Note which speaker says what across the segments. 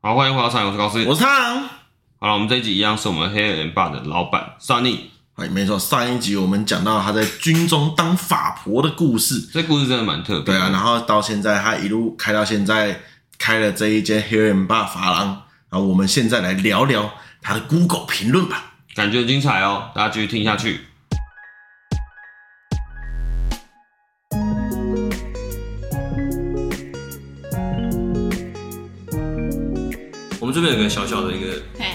Speaker 1: 好，欢迎回到上游，我是高斯。
Speaker 2: 我是汤。
Speaker 1: 好了，我们这一集一样是我们黑人爸的老板 Sunny。
Speaker 2: 哎，没错，上一集我们讲到他在军中当法婆的故事，
Speaker 1: 这故事真的蛮特别。
Speaker 2: 对啊，然后到现在他一路开到现在，开了这一间 Hair and Bar 发廊。然后我们现在来聊聊他的 Google 评论吧。
Speaker 1: 感觉很精彩哦，大家继续听下去。
Speaker 3: 我们这边有个小小的一个
Speaker 4: 嘿，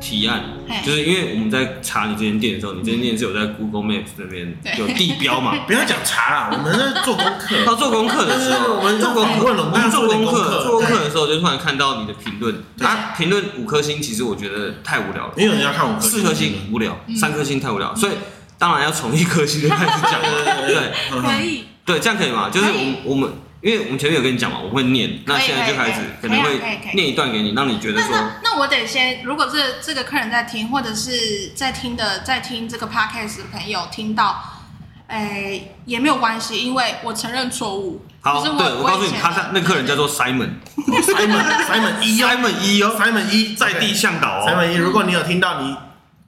Speaker 3: 提案
Speaker 4: 嘿，
Speaker 3: 就是因为我们在查你这间店的时候，你这间店是有在 Google Maps 那边
Speaker 4: 对
Speaker 3: 有地标嘛？
Speaker 2: 不要讲 茶啦，我们在做功
Speaker 3: 他
Speaker 2: 课。
Speaker 3: 哦做功课的时候，
Speaker 2: 对对对我们
Speaker 3: 做功
Speaker 2: 访问了我
Speaker 3: 课，
Speaker 2: 们
Speaker 3: 我们做功
Speaker 2: 做点功课
Speaker 3: 课，做功课的时候就突然看到你的评论，他评论五颗星，其实我觉得太无聊了，
Speaker 2: 因为人家看我们
Speaker 3: 四颗星无聊，
Speaker 4: 嗯
Speaker 3: 三颗星太无聊，所以当然要从一颗星就开始讲了，对
Speaker 2: 嗯
Speaker 4: 可以，
Speaker 3: 对，这样可以吗？就是我们我们。因为我们前面有跟你讲嘛，我会念，那
Speaker 4: 可以
Speaker 3: 现在就开始可
Speaker 4: 可以可以
Speaker 3: 能
Speaker 4: 可以
Speaker 3: 会
Speaker 4: 可以可以
Speaker 3: 念一段给你，让你觉得
Speaker 4: 那
Speaker 3: 说，
Speaker 4: 那那我得先，如果这这个客人在听，或者是在听的在听这个 podcast 的朋友听到，哎、也没有关系，因为我承认错误。
Speaker 3: 好，
Speaker 4: 就是
Speaker 3: 对
Speaker 4: 我
Speaker 3: 我告诉
Speaker 4: 以
Speaker 3: 你，
Speaker 4: 前
Speaker 3: 他在那客人叫做 Simon，
Speaker 2: Simon 嗯 Simon 一哦
Speaker 3: Simon 一哦，
Speaker 2: ，Simon E 一
Speaker 3: 在地向导哦。
Speaker 2: Simon 一，如果你有听到，你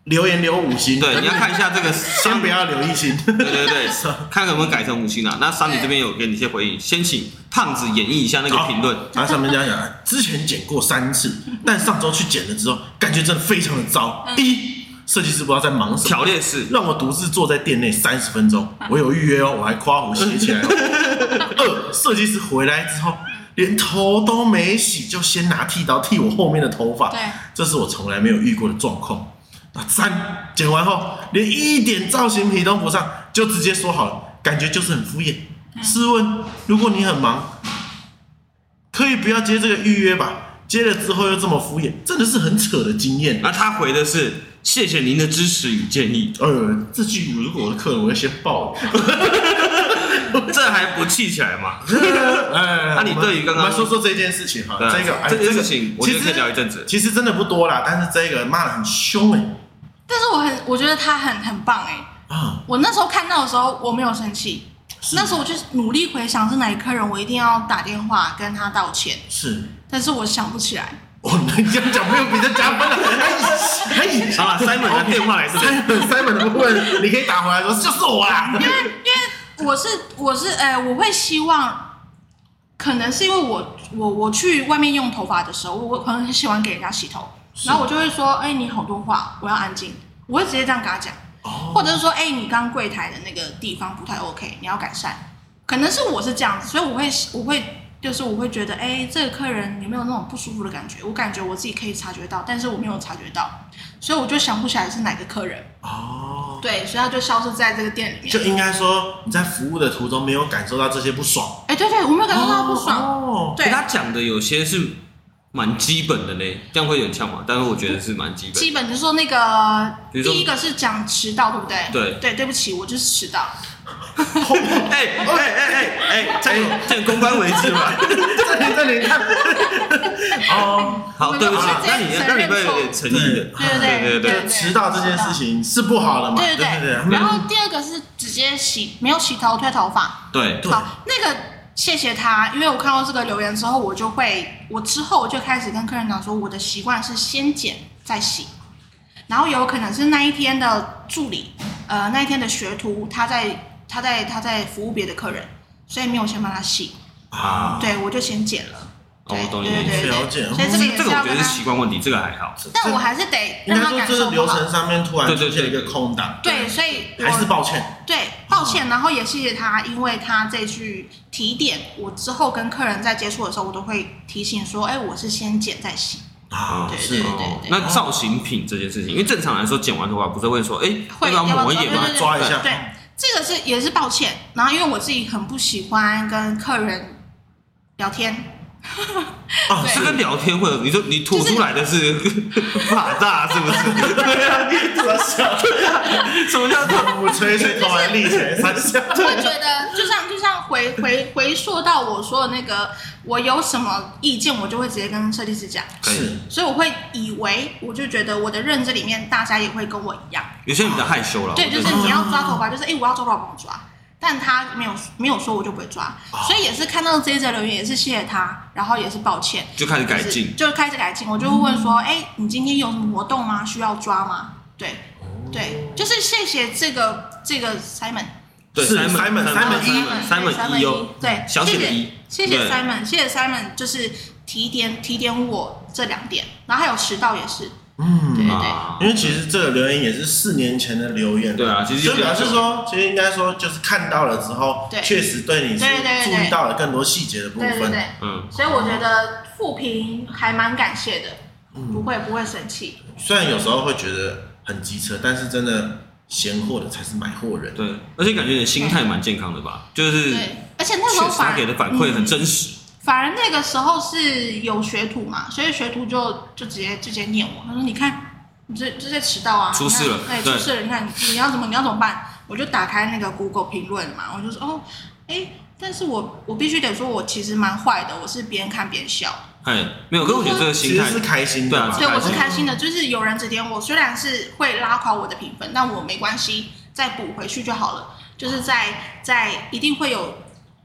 Speaker 2: 留言留五星。
Speaker 3: 对，你要看一下这个
Speaker 2: 先
Speaker 3: 商
Speaker 2: 不，要留一星。
Speaker 3: 对对 对，看看有没有改成五星啊。那桑尼这边有给你一些回应，先请胖子演绎一下那个评论。
Speaker 2: 然后上面这样讲，之前剪过 三次，但上周去剪了之后，感觉真的非常的糟。
Speaker 3: 嗯
Speaker 2: 第一，设计师不知道在忙什么，
Speaker 3: 条列式，
Speaker 2: 让我独自坐在店内三十分钟，
Speaker 3: 嗯
Speaker 2: 我有预约哦，我还夸我 写起来、哦。二，设计师回来之后，
Speaker 3: 嗯
Speaker 2: 连头都没洗，就先拿剃刀剃我后面的头发，
Speaker 4: 对
Speaker 2: 这是我从来没有遇过的状况。那三，剪完后连一点造型皮都不上，就直接说好了，感觉就是很敷衍。
Speaker 3: 嗯
Speaker 2: 试问，如果你很忙，可以不要接这个预约吧？接了之后又这么敷衍，真的是很扯的经验。
Speaker 3: 那他回的是谢谢您的支持与建议，
Speaker 2: 呃，这句如果我的客人，我会先爆。
Speaker 3: 这还不气起来吗？
Speaker 2: 那
Speaker 3: 哎那你对于刚刚
Speaker 2: 哎我们说说这件事情哈，
Speaker 3: 对啊
Speaker 2: 这个哎
Speaker 3: 这件事情我觉得
Speaker 2: 其
Speaker 3: 可
Speaker 2: 实
Speaker 3: 以聊一阵子
Speaker 2: 其实真的不多啦，但是这个骂的很凶哎
Speaker 4: 但是我很，我觉得他很很棒哎、
Speaker 2: 啊，
Speaker 4: 我那时候看到的时候，我没有生气。
Speaker 2: 是
Speaker 4: 那时候我就努力回想是哪一客人，我一定要打电话跟他道歉，
Speaker 2: 是
Speaker 4: 但是我想不起来。
Speaker 2: 哦，你这样讲没有比较加分了， 哎哎，
Speaker 3: 好了，Simon 的电话来是不是
Speaker 2: Simon Simon 的部分，你可以打回来说就是我啦。
Speaker 4: 我是我是呃，我会希望，可能是因为我我我去外面用头发的时候，我我可能很喜欢给人家洗头，然后我就会说，哎、你好多话，我要安静，我会直接这样跟他讲，
Speaker 2: 哦
Speaker 3: 嗯
Speaker 4: 或者是说，哎、你刚柜台的那个地方不太 OK，你要改善，可能是我是这样子，所以我会我会就是我会觉得，哎、这个客人有没有那种不舒服的感觉？我感觉我自己可以察觉到，但是我没有察觉到，所以我就想不起来是哪个客人，
Speaker 2: 哦，
Speaker 4: 对，所以他就消失在这个店里面
Speaker 2: 就。应该说你在服务的途中没有感受到这些不爽，
Speaker 4: 哎、对对，我没有感受到他不爽。
Speaker 2: 哦，
Speaker 4: 对
Speaker 3: 给他讲的有些是蛮基本的嘞，这样会有点呛嘛，但是我觉得是蛮基本的。
Speaker 4: 基本就是说那个
Speaker 3: 比如说
Speaker 4: 第一个是讲迟到，对不对？
Speaker 3: 对哦
Speaker 4: 对，对不起，我就是迟到。
Speaker 3: 哎哎哎哎哎，这样这样公关为止 吧。
Speaker 2: 这里这里看，哦，
Speaker 3: 好，对不起
Speaker 4: 我们，
Speaker 3: 那你
Speaker 4: 直接
Speaker 3: 那你
Speaker 4: 承认
Speaker 3: 会有
Speaker 4: 错误
Speaker 3: 点诚意的。
Speaker 4: 对
Speaker 3: 对
Speaker 4: 对
Speaker 3: 对
Speaker 4: 对，
Speaker 2: 迟到这件事情是不好的嘛，对
Speaker 4: 对对
Speaker 2: 不对
Speaker 4: 对。，然后第二个是直接洗，没有洗头推头发。
Speaker 3: 对，
Speaker 2: 对
Speaker 4: 好，那个谢谢他，因为我看到这个留言之后，我就会，我之后我就开始跟客人讲说，我的习惯是先剪再洗，然后有可能是那一天的助理，呃，那一天的学徒，他在他在他在服务别的客人，所以没有先帮他洗，
Speaker 2: 啊。
Speaker 4: 对我就先剪了。
Speaker 3: 哦
Speaker 4: 对
Speaker 3: 我懂你
Speaker 4: 对
Speaker 3: 的意
Speaker 4: 对
Speaker 3: 思
Speaker 4: 对
Speaker 2: 了解
Speaker 4: 嗯所以这个也
Speaker 3: 这
Speaker 4: 是
Speaker 3: 个
Speaker 4: 要
Speaker 3: 我觉
Speaker 4: 跟
Speaker 3: 得
Speaker 4: 他
Speaker 3: 是，习惯问题，这个还好。
Speaker 4: 但我还是得
Speaker 2: 应
Speaker 4: 让
Speaker 2: 该说
Speaker 4: 他感
Speaker 2: 这个
Speaker 4: 受不
Speaker 2: 流
Speaker 4: 好。
Speaker 2: 程上面突然
Speaker 3: 对
Speaker 2: 出
Speaker 3: 对
Speaker 2: 现一
Speaker 3: 对
Speaker 2: 个空档，
Speaker 4: 对，所以我
Speaker 2: 还是抱歉。
Speaker 4: 对抱歉，然后也谢谢他，因为他这句提点，我之后跟客人在接触的时候，我都会提醒说，哎，我是先剪再洗。
Speaker 2: 啊，
Speaker 4: 对
Speaker 2: 是
Speaker 4: 对
Speaker 3: 哦
Speaker 4: 对，
Speaker 3: 那造型品这件事情，因为正常来说剪完头发不是会说，哎、
Speaker 4: 会
Speaker 3: 要不要抹一
Speaker 4: 要不
Speaker 3: 点
Speaker 4: 要
Speaker 3: 吗？
Speaker 2: 抓一下，
Speaker 4: 对，这个是也是抱歉，然后因为我自己很不喜欢跟客人聊天，
Speaker 2: 啊，
Speaker 4: 对
Speaker 3: 这跟聊天会有，你说你吐出来的 是发大是不是？对 啊，
Speaker 2: 是笑，
Speaker 3: 什么叫做？
Speaker 2: 我吹吹头完立起来三下，
Speaker 4: 会觉得就像就像回回回溯到我说的那个，我有什么意见，我就会直接跟设计师讲。
Speaker 2: 是
Speaker 4: 所以我会以为，我就觉得我的认知里面大家也会跟我一样，
Speaker 3: 有些人比较害羞了，
Speaker 4: 对，
Speaker 3: 我
Speaker 4: 就
Speaker 3: 觉得
Speaker 4: 是你要抓头发，就是哎、诶我要抓头发，帮我抓。但他没有没有说，我就不会抓。所以也是看到这一则留言，也是谢谢他，然后也是抱歉，
Speaker 3: 就开始改进。
Speaker 4: 就是就开始改进。我就会问说，哎、你今天有什么活动吗？需要抓吗？对，对，就是谢谢这个这个 Simon。
Speaker 3: 对
Speaker 2: 是
Speaker 3: Simon
Speaker 2: Simon- Simon 一
Speaker 3: Simon 一哦
Speaker 4: 对，
Speaker 3: 小写的一
Speaker 4: 谢谢谢谢
Speaker 3: 对
Speaker 4: Simon，谢谢 Simon，就是提点提点我这两点，然后还有迟到也是，
Speaker 2: 嗯
Speaker 4: E 对对
Speaker 3: 啊
Speaker 2: 因为其实这个留言也是四年前的留言了，
Speaker 3: 对啊其实有
Speaker 2: 就
Speaker 3: 点
Speaker 2: 表示说，其实应该说就是看到了之后，
Speaker 4: 对
Speaker 2: 确实对你是
Speaker 4: 对对对
Speaker 2: 注
Speaker 4: 对
Speaker 2: 意到了更多细节的部
Speaker 4: 对对
Speaker 2: 分。
Speaker 4: 对，
Speaker 3: 嗯，
Speaker 4: 所以我觉得复评还蛮感谢的，
Speaker 3: 嗯
Speaker 4: 不会不会生气，
Speaker 2: 虽然有时候会觉得很机车，但是真的闲货的才是买货人。
Speaker 3: 对，而且感觉你的心态蛮健康的吧？就是
Speaker 4: 对，而且那时
Speaker 3: 确
Speaker 4: 候
Speaker 3: 实
Speaker 4: 反
Speaker 3: 他给的反馈很
Speaker 4: 嗯
Speaker 3: 真实，
Speaker 4: 反而那个时候是有学徒嘛，所以学徒就就直接直接念我，他说：“你看，你这这在迟到啊，
Speaker 3: 出事了
Speaker 4: 你看
Speaker 3: 对
Speaker 4: 对，出事了，你看你要怎么你要怎么办？”我就打开 那个 Google 评论嘛，我就说：“哦，哎，但是我我必须得说，我其实蛮坏的，我是边看边笑，
Speaker 3: 哎，没有，可是我觉得这个
Speaker 2: 其
Speaker 3: 心态
Speaker 2: 实是开心
Speaker 3: 对
Speaker 2: 的
Speaker 3: 啊
Speaker 2: 嘛，
Speaker 4: 所以我是
Speaker 3: 心
Speaker 4: 开心的，就是有人指点我，虽然是会拉垮我的评分，但我没关系，再补回去就好了。就是在在一定会有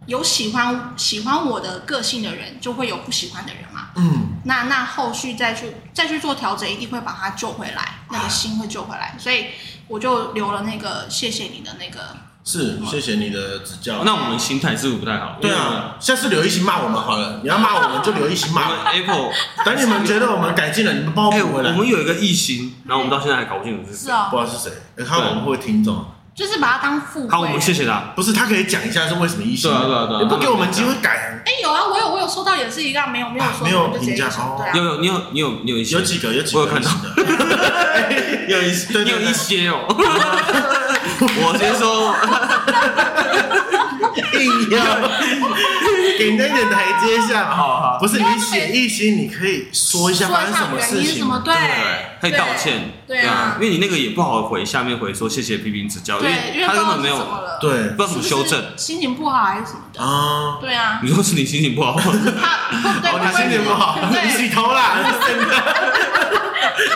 Speaker 4: 有喜欢喜欢我的个性的人，就会有不喜欢的人嘛。”
Speaker 2: 嗯，
Speaker 4: 那那后续再去再去做调整，一定会把它救回来，那个心会救回来。所以我就留了那个谢谢你的那个，
Speaker 2: 是，谢谢你的指教。
Speaker 3: 那我们心态是不是不太好？
Speaker 2: 对啊，下次刘一席骂我们好了，你要骂我们就刘一席
Speaker 3: 因为
Speaker 2: 骂
Speaker 3: 我
Speaker 2: 我
Speaker 3: 们 Apple，
Speaker 2: 们，等你们觉得我们改进了，你们帮我
Speaker 3: 哎，
Speaker 2: 补
Speaker 3: 我
Speaker 2: 回来。
Speaker 3: 们有一个异星，然后我们到现在还搞不清楚是
Speaker 4: 是
Speaker 3: 谁。
Speaker 2: 不
Speaker 4: 哦，
Speaker 2: 知道是谁，哎看我们会不会听众。
Speaker 4: 就是把它当啊副
Speaker 3: 好，我们谢
Speaker 4: 会。
Speaker 3: 谢他。
Speaker 2: 不是，他可以讲一下是为什么一星
Speaker 3: 对
Speaker 2: 吗。
Speaker 3: 啊对啊对啊
Speaker 2: 你不给我们机会改，
Speaker 4: 哎、有啊，我有我有收到，也是一个没有没有
Speaker 2: 啊
Speaker 4: 收到，
Speaker 2: 没有
Speaker 4: 我就直接
Speaker 2: 评价
Speaker 4: 一起
Speaker 2: 哦
Speaker 4: 对
Speaker 3: 有
Speaker 4: 啊，
Speaker 3: 有你有你有你有一些
Speaker 2: 有几个有几个
Speaker 3: 我有看到
Speaker 2: 一星的，
Speaker 3: 有一些
Speaker 2: 对对
Speaker 3: 你有
Speaker 2: 对
Speaker 3: 一些 哦。我先说，
Speaker 2: 硬要给人家一点台阶下。
Speaker 3: 好好
Speaker 2: 不是你写一星，你可以啊说一下发生什么
Speaker 4: 说
Speaker 2: 事
Speaker 4: 一下原因
Speaker 2: 情
Speaker 4: 什么
Speaker 2: 嘛。
Speaker 4: 对
Speaker 3: 可以道歉，
Speaker 4: 对啊
Speaker 3: 因为你那个也不好回下面回说谢谢批评指教，啊因
Speaker 4: 对，因
Speaker 3: 为他
Speaker 4: 为不知
Speaker 3: 根
Speaker 4: 道
Speaker 3: 本
Speaker 4: 是
Speaker 3: 没有
Speaker 4: 怎么了，
Speaker 2: 对
Speaker 3: 不知道怎么修
Speaker 4: 是
Speaker 3: 正。
Speaker 4: 不是心情不好还是什么 的，
Speaker 2: 啊，
Speaker 4: 对啊，
Speaker 3: 你说是你心情不好，
Speaker 4: 他他对，
Speaker 2: 哦，你
Speaker 4: 会不会
Speaker 2: 心情不好， 你洗
Speaker 4: 对
Speaker 2: 头啦。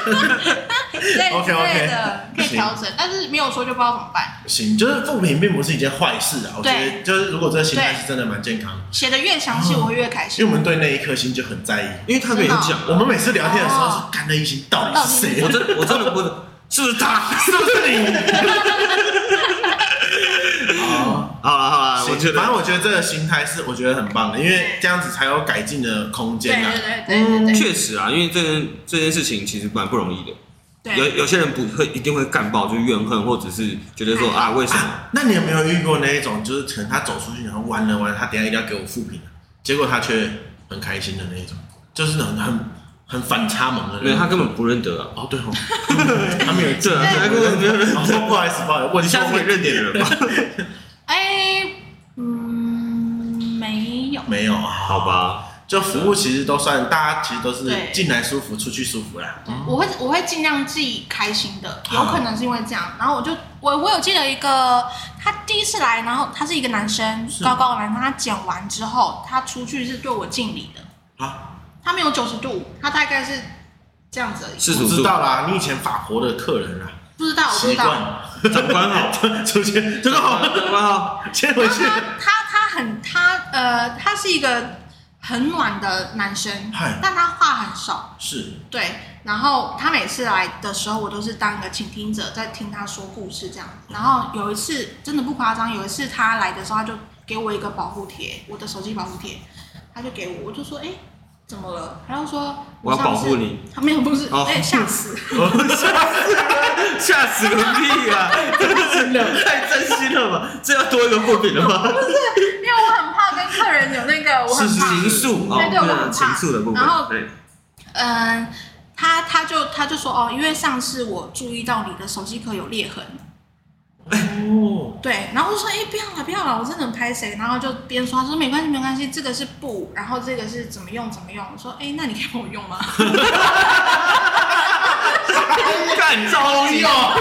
Speaker 4: 对
Speaker 2: OK，OK
Speaker 4: 之类的可以调整，但是没有说就不知道怎么办，
Speaker 2: 行，就是负评并不是一件坏事啊。我觉得
Speaker 4: 对
Speaker 2: 就是如果这个心态是真的蛮健康的，
Speaker 4: 写的越详细，我会越开
Speaker 2: 因
Speaker 4: 心
Speaker 2: 为我。们对那一颗心就很在意。
Speaker 3: 因为他没有讲啊。
Speaker 2: 我们每次聊天的时候
Speaker 4: 哦
Speaker 2: 说，干那一星到底是谁？
Speaker 3: 我真我真的不是不是 他？
Speaker 2: 是不是你？ 好，
Speaker 3: 好了好了，我觉
Speaker 2: 行反
Speaker 3: 得
Speaker 2: 正我觉得这个心态是我觉得很棒的，因为这样子才有改进的空
Speaker 4: 对
Speaker 2: 间啊。
Speaker 4: 对对对对对
Speaker 3: 确实啊，因为这件这件事情其实蛮不容易的。有
Speaker 4: 对，
Speaker 3: 有些人不会一定会干爆，就是怨恨或者是觉得说啊为什么？
Speaker 2: 啊，那你有没有遇过那一种，就是可能他走出去，然后完了完了，他等一下一定要给我复评，啊结果他却很开心的那一种，就是很很很反差萌的
Speaker 3: 因
Speaker 2: 那
Speaker 3: 为他
Speaker 2: 种。
Speaker 3: 根本不认得啊。
Speaker 2: 哦， 对哦，他没有
Speaker 3: 对啊，他根本没有认得。
Speaker 2: 哦，不好意思，不好意思，我
Speaker 3: 你下次可以认点人 吧？
Speaker 4: 哎，嗯，没有，
Speaker 2: 没有啊？
Speaker 3: 好，吧，
Speaker 2: 就服务其实都算，大家其实都是
Speaker 4: 对
Speaker 2: 进来舒服，出去舒服啦。
Speaker 4: 我会我会尽量自己开心的，
Speaker 2: 啊
Speaker 4: 有可能是因为这样。然后我就我我有记得一个，他第一次来，然后他是一个男生，高高的男生，他剪完之后，他出去是对我敬礼的，
Speaker 2: 啊，
Speaker 4: 他没有九十度，他大概是这样子而已。
Speaker 3: 四十
Speaker 2: 我
Speaker 3: 五
Speaker 2: 知
Speaker 3: 度，
Speaker 2: 道啦，你以前法国的客人啦，
Speaker 4: 不知道，我不
Speaker 2: 习
Speaker 4: 啊知道。
Speaker 2: 惯
Speaker 3: 长官好，
Speaker 2: 出去，这个
Speaker 3: 长
Speaker 2: 好，
Speaker 3: 官好，
Speaker 2: 先回 去。
Speaker 4: 他他他很他呃，他是一个很暖的男生
Speaker 2: 嗨，
Speaker 4: 但他话很少。
Speaker 2: 是，
Speaker 4: 对，然后他每次来的时候，我都是当一个倾听者，在听他说故事这样。然后有一次真的不夸张，有一次他来的时候，他就给我一个保护贴，我的手机保护贴，他就给我，我就说，哎，怎么了？他就说，
Speaker 3: 我要
Speaker 4: 上
Speaker 3: 保
Speaker 4: 次
Speaker 3: 护你，
Speaker 4: 他没有，不是，
Speaker 3: 哦
Speaker 4: 哎，吓死，
Speaker 3: 吓死个屁啊！ 真的太真心了吧？这要多一个货品了吗？
Speaker 4: 因为我很怕跟客人有那个，我很怕。
Speaker 3: 情愫哦，
Speaker 4: 对对我很怕
Speaker 3: 情愫的部分
Speaker 4: 然，后
Speaker 3: 对，
Speaker 4: 嗯，他他就他就说，哦，因为上次我注意到你的手机壳有裂痕，
Speaker 3: 哎
Speaker 2: 哦，
Speaker 4: 对，然后我就说，哎、不要了，不要了，我真的很拍谁？然后就边说，他说没关系，没关系，这个是布，然后这个是怎么用怎么用。我说，哎、那你可以帮我用吗？
Speaker 3: 干糟哦，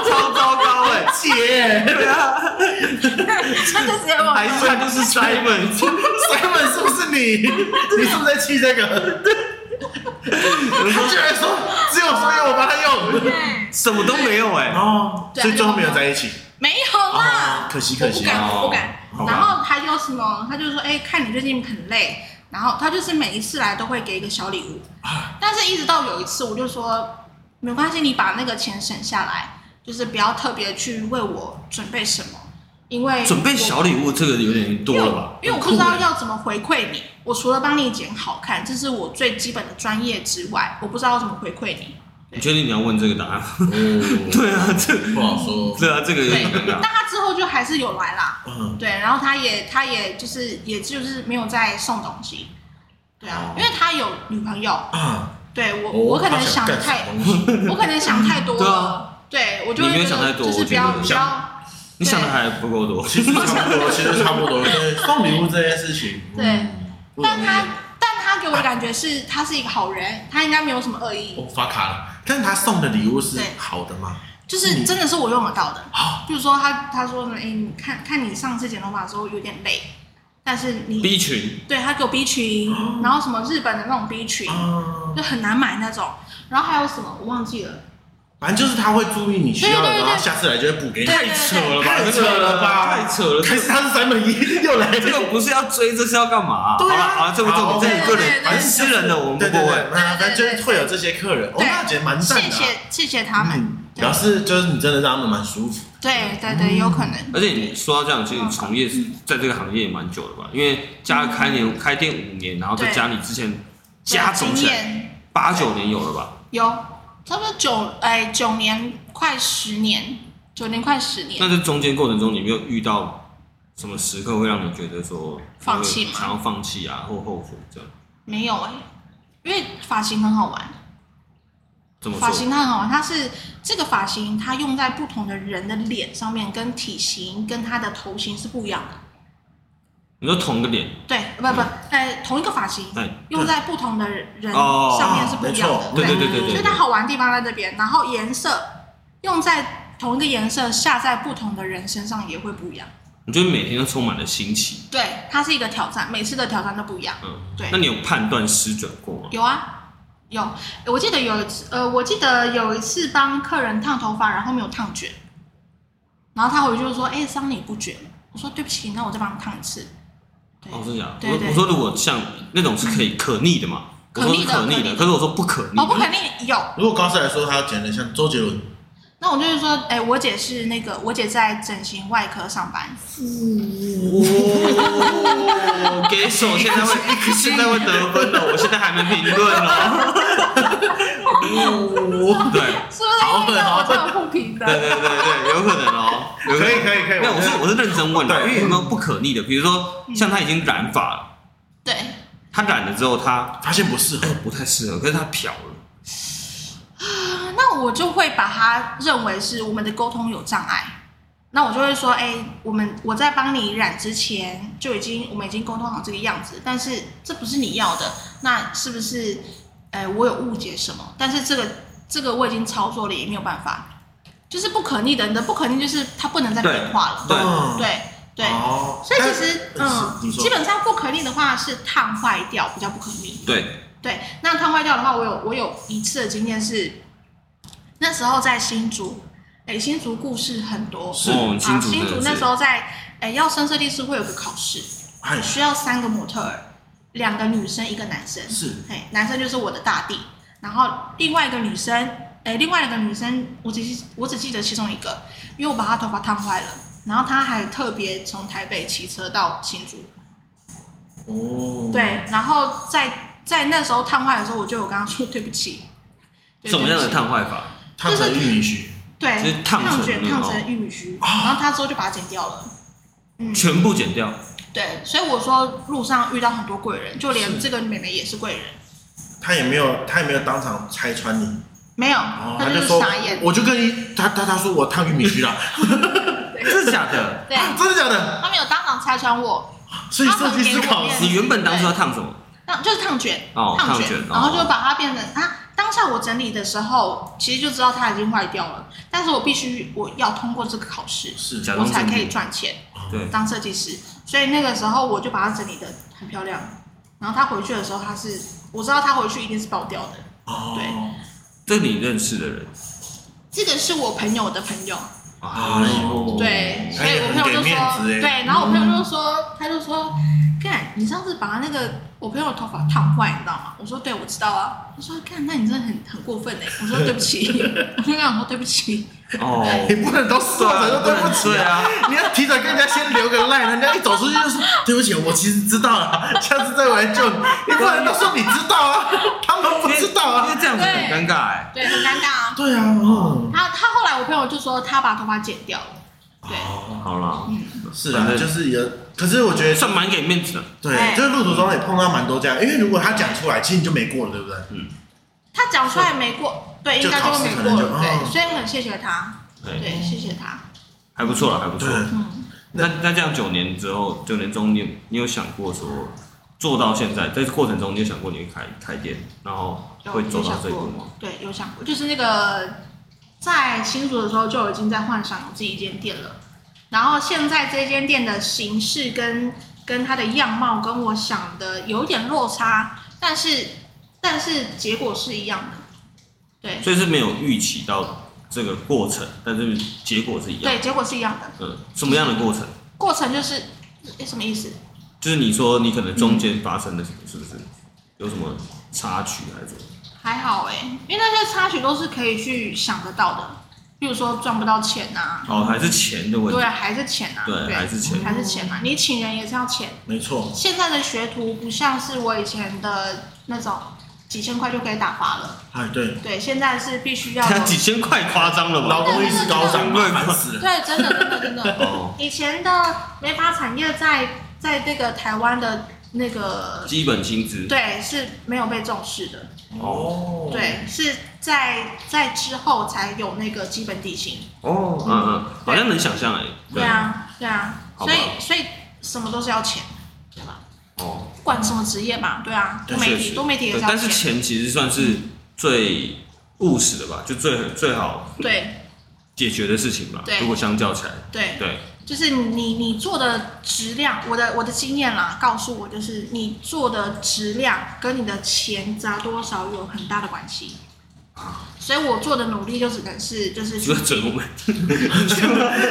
Speaker 3: 超糟糕哎！
Speaker 2: 姐
Speaker 3: 对啊，
Speaker 4: 他就直接帮我
Speaker 3: 还
Speaker 4: 用。
Speaker 3: 是他就是 Simon，
Speaker 2: ，Simon 是不是你？
Speaker 4: 啊
Speaker 2: 你是不是在气这个？他居然说只有所以我帮他用，
Speaker 4: 对，啊
Speaker 3: 什么都没有哎。
Speaker 2: 哦，
Speaker 4: 对
Speaker 2: 所以最后没有在一起。
Speaker 4: 没有，啦。
Speaker 2: 可惜可
Speaker 4: 我不
Speaker 2: 惜，
Speaker 4: 敢，
Speaker 3: 哦
Speaker 4: 我不敢
Speaker 2: 好。吧
Speaker 4: 然后他就什么，他就说，哎、看你最近很累。然后他就是每一次来都会给一个小礼物，
Speaker 3: 啊
Speaker 4: 但是一直到有一次，我就说没关系，你把那个钱省下来，就是不要特别去为我准备什么，因为
Speaker 3: 准备
Speaker 4: 我
Speaker 3: 小礼物这个有点多了吧？
Speaker 4: 因为我因为我不知道要怎么回馈你。我除了帮你剪好看，这是我最基本的专业之外，我不知道要怎么回馈你。
Speaker 3: 你确定你要问这个答案？
Speaker 2: 哦，
Speaker 3: 对啊，这
Speaker 2: 不好说，
Speaker 3: 对啊，这个有
Speaker 4: 对
Speaker 3: 点尴，
Speaker 4: 但
Speaker 3: 尬。
Speaker 4: 他之后就还是有来啦。
Speaker 2: 嗯，
Speaker 4: 对，然后他也他也就是也就是没有再送东西，对
Speaker 3: 哦
Speaker 4: 啊，因为他有女朋友，
Speaker 2: 啊，
Speaker 4: 对我、
Speaker 2: 哦
Speaker 4: 我可能
Speaker 2: 他
Speaker 4: 想
Speaker 2: 干
Speaker 4: 太
Speaker 2: 什么东 西
Speaker 4: 我可能想太 多
Speaker 3: 对啊
Speaker 4: 了，对我就
Speaker 3: 你
Speaker 4: 会
Speaker 3: 没有
Speaker 4: 觉
Speaker 3: 想太
Speaker 4: 得
Speaker 3: 多
Speaker 4: 就是
Speaker 3: 我
Speaker 4: 不
Speaker 3: 觉
Speaker 4: 要
Speaker 3: 得
Speaker 4: 不
Speaker 3: 想
Speaker 4: 要
Speaker 3: 你想的还不够多。
Speaker 2: 其实差不多，其实差不 多，对，送礼物这件事情，
Speaker 4: 对
Speaker 2: 嗯不容易
Speaker 4: 但他但他给我的感觉是他是一个好人，他应该没有什么恶意，
Speaker 3: 哦
Speaker 2: 我哦发卡了，但他送的礼物是
Speaker 4: 对
Speaker 2: 好的吗？
Speaker 4: 就是真的是我用得到的
Speaker 3: 嗯
Speaker 2: 好，
Speaker 4: 比如说他他说什么，哎，你看看你上次剪头发的时候有点累，但是你
Speaker 3: B 群，
Speaker 4: 对他给我 B 群，
Speaker 3: 哦
Speaker 4: 然后什么日本的那种 B 群，
Speaker 2: 啊，
Speaker 4: 就很难买那种。然后还有什么我忘记了，
Speaker 2: 反正就是他会注意你需要的，
Speaker 4: 对对对
Speaker 2: 然后下次来就会补给你。
Speaker 4: 对
Speaker 2: 太扯了吧
Speaker 3: 太扯了！哎
Speaker 2: 开始他是三本一，又来
Speaker 3: 这
Speaker 2: 了
Speaker 3: 个不是要追，这是要干嘛？好
Speaker 2: 对
Speaker 3: 了
Speaker 2: 啊
Speaker 3: 好了，这不重
Speaker 2: 好
Speaker 3: 点，这是个
Speaker 4: 对对对
Speaker 3: 人，反正私人的我们不
Speaker 2: 对
Speaker 3: 过
Speaker 2: 对
Speaker 3: 问。
Speaker 2: 对，那反正就是会有这些客人，哦，
Speaker 4: 对
Speaker 2: 那姐蛮赞
Speaker 4: 谢
Speaker 2: 的啊，
Speaker 4: 谢谢谢他们，
Speaker 2: 嗯，表示就是你真的让他们蛮舒服，
Speaker 4: 对对对，有可能。
Speaker 3: 嗯而且你说到这样，其实你从
Speaker 4: 嗯
Speaker 3: 业是在这个行业也蛮久了吧？因为家开年开店五年，然后再
Speaker 4: 对
Speaker 3: 加你之前加总
Speaker 4: 经
Speaker 3: 起来
Speaker 4: 验
Speaker 3: 八九年有了吧？
Speaker 4: 有差不多九哎九年快十年，九年快十年。
Speaker 3: 那这中间过程中，你没有遇到什么时刻会让你觉得说
Speaker 4: 放弃吗
Speaker 3: 想要放弃啊，或后悔这样？
Speaker 4: 没有哎、因为发型很好玩，
Speaker 3: 怎么
Speaker 4: 发
Speaker 3: 说？
Speaker 4: 型它很好玩，它是这个发型它用在不同的人的脸上面，跟体型跟他的头型是不一样的。
Speaker 3: 你说同个脸，
Speaker 4: 对，不不，哎，同一个发型
Speaker 3: 嗯对
Speaker 4: 用在不同的人
Speaker 3: 哦
Speaker 4: 上面是不一样
Speaker 2: 啊没
Speaker 4: 的
Speaker 3: 对对
Speaker 2: 错。
Speaker 3: 对对
Speaker 4: 所
Speaker 3: 对
Speaker 4: 以它好玩的地方在这边，然后颜色用在同一个颜色下在不同的人身上也会不一样。
Speaker 3: 你觉得每天都充满了新奇，
Speaker 4: 对，它是一个挑战，每次的挑战都不一样。
Speaker 3: 嗯，
Speaker 4: 对
Speaker 3: 那你有判断失准过吗？
Speaker 4: 有啊，有，我记得有一次，呃，我记得有一次帮客人烫头发，然后没有烫卷，然后他回去就说：“哎、桑尼不卷。”我说：“对不起，那我再帮你烫一次。”对，
Speaker 3: 哦，真的假的？
Speaker 4: 对
Speaker 3: 我
Speaker 4: 对
Speaker 3: 我说如果像那种是可以可逆的嘛，我
Speaker 4: 可
Speaker 3: 说
Speaker 4: 逆
Speaker 3: 是
Speaker 4: 的
Speaker 3: 可逆
Speaker 4: 可逆
Speaker 3: 的，
Speaker 4: 的
Speaker 3: 可是我说不可逆的，
Speaker 4: 哦，不肯定有。
Speaker 2: 如果高斯来说，他剪得像周杰伦，
Speaker 4: 那我就是说，哎、我姐是那个，我姐在整形外科上班，
Speaker 3: 哦，给手现 在会现在会得分了，我现在还没评论哦。
Speaker 2: 哦，
Speaker 3: 对
Speaker 4: 是不是因为这样我就有互评
Speaker 3: 对
Speaker 4: 的？
Speaker 3: 对对对，有可能哦，有可
Speaker 2: 可
Speaker 3: 能
Speaker 2: 以可以可以，
Speaker 3: 没有，我是我是认真问的，因
Speaker 2: 对
Speaker 3: 为有没有不可逆的？比如说
Speaker 4: 嗯
Speaker 3: 像他已经染发了，
Speaker 4: 对，
Speaker 3: 他染了之后他
Speaker 2: 发现不适合，
Speaker 3: 不太适合，可是他漂了，
Speaker 4: 啊那我就会把它认为是我们的沟通有障碍。那我就会说，哎、我们我在帮你染之前就已经我们已经沟通好这个样子，但是这不是你要的，那是不是？哎、我有误解什么？但是这个这个我已经操作了，也没有办法，就是不可逆的。你的不可逆就是它不能再变化了。
Speaker 3: 对
Speaker 2: 嗯，
Speaker 4: 对对，
Speaker 2: 哦，
Speaker 4: 所以其实
Speaker 2: 但是
Speaker 4: 嗯，
Speaker 2: 你说
Speaker 4: 基本上不可逆的话是烫坏掉比较不可逆。
Speaker 3: 对，
Speaker 4: 对，那烫坏掉的话，我有我有一次的经验是，那时候在新竹，哎，新竹故事很多，
Speaker 2: 是
Speaker 3: 哦新
Speaker 4: 啊，
Speaker 3: 竹
Speaker 4: 新
Speaker 3: 真
Speaker 4: 竹
Speaker 3: 的
Speaker 4: 那
Speaker 3: 是
Speaker 4: 时候在哎要升设计师会有个考试，
Speaker 2: 哎
Speaker 4: 需要三个模特儿，两个女生一个男生，
Speaker 2: 是
Speaker 4: 哎，男生就是我的大弟，然后另外一个女生，哎，另外一个女生，我只记我只记得其中一个，因为我把她头发烫坏了，然后她还特别从台北骑车到新竹，
Speaker 3: 嗯
Speaker 2: 哦，
Speaker 4: 对，然后在在那时候烫坏的时候，我就有跟他说对不起。对
Speaker 3: 什么样？
Speaker 4: 对
Speaker 3: 的
Speaker 4: 不起
Speaker 3: 烫坏法？
Speaker 2: 烫成玉米须，
Speaker 3: 就
Speaker 4: 对
Speaker 3: 是，烫成
Speaker 4: 卷
Speaker 3: 那
Speaker 4: 烫
Speaker 3: 种
Speaker 4: 成玉米须，
Speaker 2: 啊
Speaker 4: 然后他之后就把它剪掉了。嗯，
Speaker 3: 全部剪掉，
Speaker 4: 对，所以我说路上遇到很多贵人，就连这个妹妹也是贵人，
Speaker 2: 他也没有他也没有当场拆穿你，
Speaker 4: 没有，
Speaker 2: 哦，
Speaker 4: 她
Speaker 2: 他
Speaker 4: 就是
Speaker 2: 说
Speaker 4: 傻眼，。
Speaker 2: 我就跟你他他他说我烫玉米须了，
Speaker 3: 真的假的？
Speaker 4: 对，
Speaker 2: 啊真的假的？
Speaker 4: 他没有当场拆穿我，
Speaker 2: 所以设计师
Speaker 4: 他很给我
Speaker 2: 考
Speaker 4: 面
Speaker 2: 试
Speaker 4: 子
Speaker 3: 你原本当初要烫什么？
Speaker 4: 那就是烫卷，
Speaker 3: 哦
Speaker 4: 烫
Speaker 3: 烫卷哦
Speaker 4: 然后就把它变成啊。当下我整理的时候，其实就知道它已经坏掉了，但是我必须我要通过这个考试，
Speaker 2: 是
Speaker 3: 假
Speaker 4: 我
Speaker 3: 装
Speaker 4: 才
Speaker 3: 正
Speaker 4: 可以
Speaker 3: 面。
Speaker 4: 赚钱。
Speaker 3: 对，
Speaker 4: 当设计师，所以那个时候我就把它整理的很漂亮。然后他回去的时候，他是我知道他回去一定是爆掉的。
Speaker 2: 哦，
Speaker 4: 对
Speaker 3: 这你认识的人，
Speaker 4: 这个是我朋友的朋友，
Speaker 3: 哦
Speaker 2: 哎呦，
Speaker 4: 对，所
Speaker 2: 哎
Speaker 4: 以
Speaker 2: 呀
Speaker 4: 我朋友
Speaker 2: 很
Speaker 4: 就
Speaker 2: 给面
Speaker 4: 说，
Speaker 2: 子哎
Speaker 4: 对，然后我朋友就说，他就说，干，你上次把那个我朋友头发烫坏，你知道吗？我说对，我知道啊。他说，干，那你真的很很过分哎。我说对 不起，我就跟他讲说对不起。
Speaker 2: 你
Speaker 3: 哦，
Speaker 2: 不能都说了就对不起
Speaker 3: 对啊，
Speaker 2: 你要提早跟人家先留个赖，人家一走出去就说对不起，我其实知道了， 下次再来救你。你不能都说你知道 啊，他们不知道
Speaker 3: 因
Speaker 2: 啊。
Speaker 3: 为这样子很尴尬哎。
Speaker 4: 对，很尴尬啊。
Speaker 2: 对啊，嗯，
Speaker 4: 他他后来我朋友就说他把头发剪掉了，
Speaker 2: 哦
Speaker 4: 对，
Speaker 3: 好啦，
Speaker 2: 是啊，就是有，可是我觉得
Speaker 3: 算蛮给面子的。
Speaker 2: 对，
Speaker 4: 哎
Speaker 2: 就是路途中也碰到蛮多这样，因为如果他讲出来，其实你就没过了，对不对？
Speaker 4: 他讲出来没过，对，
Speaker 2: 就
Speaker 4: 应该就
Speaker 2: 考试
Speaker 4: 会没
Speaker 2: 可
Speaker 4: 过
Speaker 2: 能就
Speaker 4: 了，对，
Speaker 2: 哦
Speaker 4: 所以很谢谢他，
Speaker 3: 对，
Speaker 4: 对，谢谢他。嗯
Speaker 3: 还不错了，还不错
Speaker 2: 对。，
Speaker 3: 那那这样九年之后，九年中你有你有想过说做到现在，在这过程中你有想过你会开开店，然后会
Speaker 4: 有
Speaker 3: 走到
Speaker 4: 想
Speaker 3: 这一步
Speaker 4: 过
Speaker 3: 吗？？
Speaker 4: 对，有想过，就是那个在新竹的时候就已经在幻想有自己一间店了，然后现在这间店的形式跟跟它的样貌跟我想的有点落差，但是但是结果是一样的，对
Speaker 3: 所以是没有预期到这个过程，但是结果是一样。
Speaker 4: 对，结果是一样的，
Speaker 3: 嗯，什么样的过程？
Speaker 4: 过程就是诶什么意思？
Speaker 3: 就是你说你可能中间发生的什么，是不是有什么插曲还是怎么？
Speaker 4: 还好哎、因为那些插曲都是可以去想得到的，比如说赚不到钱啊，
Speaker 3: 哦，还是钱的问
Speaker 4: 对
Speaker 3: 题。
Speaker 4: 啊，还是钱啊，
Speaker 3: 对还是钱
Speaker 4: 还是钱啊，你请人也是要钱。
Speaker 2: 没错，
Speaker 4: 现在的学徒不像是我以前的那种几千块就可以打发了，
Speaker 2: 哎对，
Speaker 4: 对，现在是必须要
Speaker 3: 他
Speaker 4: 有
Speaker 3: 几千块夸张了
Speaker 2: 劳
Speaker 3: 吧？
Speaker 2: 动意识高涨，烦死了。
Speaker 4: 对，真的真的 真的，
Speaker 3: 哦，
Speaker 4: 以前的美发产业在在这个台湾的那个
Speaker 3: 基本薪资。
Speaker 4: 对是没有被重视的，
Speaker 3: 哦
Speaker 2: 哦，
Speaker 4: 对，是在在之后才有那个基本底薪，
Speaker 3: 哦，嗯嗯，好像能想象哎。
Speaker 4: 对。啊对啊，
Speaker 3: 好吧
Speaker 4: 所以所以什么都是要钱，对吧？
Speaker 3: 哦。
Speaker 4: 不管什么职业嘛，对啊，多媒
Speaker 3: 确
Speaker 4: 体
Speaker 3: 实，
Speaker 4: 多媒体也
Speaker 3: 对
Speaker 4: 是要
Speaker 3: 但是钱其实算是最务实的吧，就最最好
Speaker 4: 对
Speaker 3: 解决的事情吧。
Speaker 4: 对
Speaker 3: 如果相较起来，
Speaker 4: 对。
Speaker 3: 对，
Speaker 4: 就是你你做的质量，我的我的经验啦，告诉我就是你做的质量跟你的钱砸多少有很大的关系。所以我做的努力就只能是就是
Speaker 3: 除了准我们，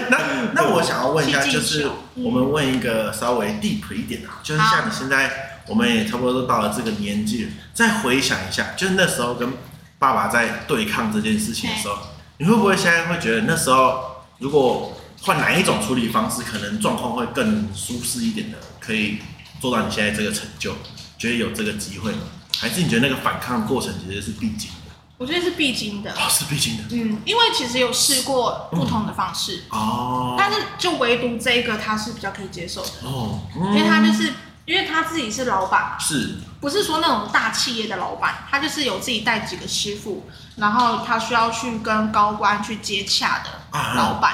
Speaker 2: 那那我想要问一下，
Speaker 4: 去
Speaker 2: 就
Speaker 4: 进
Speaker 2: 是
Speaker 4: 修嗯
Speaker 2: 我们问一个稍微 deep 一点的，就是
Speaker 4: 好
Speaker 2: 像你现在，我们也差不多都到了这个年纪了，再回想一下，就是那时候跟爸爸在对抗这件事情的时候，你会不会现在会觉得那时候如果换哪一种处理方式，可能状况会更舒适一点的，可以做到你现在这个成就？觉得有这个机会吗？还是你觉得那个反抗过程其实是必经的？
Speaker 4: 我觉得是必经的，
Speaker 2: 哦，是必经的。
Speaker 4: 嗯，因为其实有试过不同的方式，
Speaker 3: 嗯
Speaker 2: 哦
Speaker 4: 但是就唯独这一个他是比较可以接受的，
Speaker 2: 哦，
Speaker 3: 嗯
Speaker 4: 因为他就是因为他自己是老板嘛，
Speaker 2: 是
Speaker 4: 不是说那种大企业的老板，他就是有自己带几个师傅，然后他需要去跟高官去接洽的
Speaker 2: 啊
Speaker 4: 老板，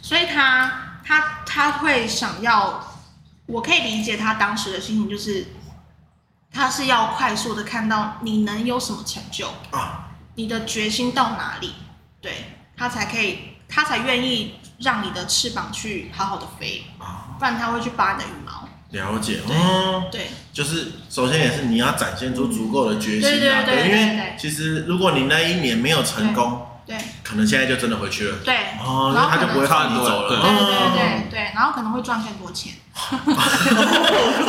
Speaker 4: 所以他他他会想要，我可以理解他当时的心情，就是他是要快速的看到你能有什么成就，
Speaker 2: 啊，
Speaker 4: 你的决心到哪里，对他才可以，他才愿意让你的翅膀去好好的飞，
Speaker 2: 啊
Speaker 4: 不然他会去拔你的羽毛，
Speaker 2: 了解，
Speaker 4: 对
Speaker 2: 嗯。
Speaker 4: 对
Speaker 2: 就是首先也是你要展现出足够的决心啊，
Speaker 4: 嗯对对对
Speaker 2: 因
Speaker 4: 对
Speaker 2: 为
Speaker 4: 对
Speaker 2: 其实如果你那一年没有成功，
Speaker 4: 对
Speaker 2: 可能现在就真的回去了，
Speaker 4: 对，
Speaker 2: 哦，那
Speaker 4: 然后
Speaker 2: 他
Speaker 4: 可
Speaker 2: 就
Speaker 4: 能
Speaker 2: 不会放你走
Speaker 3: 对
Speaker 2: 了，
Speaker 4: 对
Speaker 2: 啊
Speaker 4: 对对对，然后可能会赚更多钱。
Speaker 2: 嗯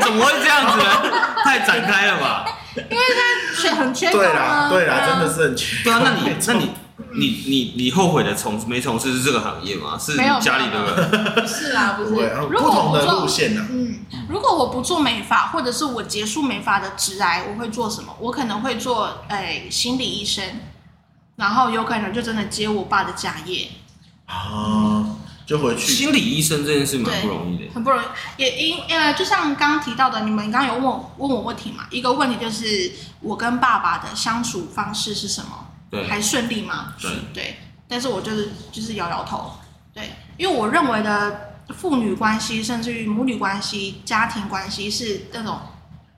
Speaker 3: 怎么会这样子 呢？太展开了吧？
Speaker 4: 缺很缺
Speaker 2: 对
Speaker 4: 工
Speaker 2: 啦
Speaker 4: 啊，
Speaker 2: 对啦，真
Speaker 4: 啊
Speaker 2: 的是很缺，
Speaker 3: 对啊，那你那你你你你后悔的从没从事这个行业吗？是你
Speaker 4: 没有
Speaker 3: 家里
Speaker 4: 没有
Speaker 3: 的
Speaker 4: 不是啦，不
Speaker 2: 不
Speaker 4: 是。
Speaker 2: 会啊
Speaker 4: 如
Speaker 2: 不
Speaker 4: 果我
Speaker 2: 同
Speaker 4: 不
Speaker 2: 的路
Speaker 4: 做，
Speaker 2: 线啊呐，
Speaker 4: 嗯，如果我不做美发，或者是我结束美发的职癌，我会做什么？我可能会做哎、心理医生，然后有可能就真的接我爸的家业，
Speaker 2: 啊，就回去，
Speaker 3: 心理医生这件事蛮不容易的。
Speaker 4: 很不容易。也因呃，就像刚刚提到的，你们刚刚有问我问我问题嘛？一个问题就是我跟爸爸的相处方式是什么？
Speaker 3: 对
Speaker 4: 还顺利吗？
Speaker 3: 对，
Speaker 4: 对，但是我就是就是摇摇头，对，因为我认为的父女关系，甚至于母女关系、家庭关系是那种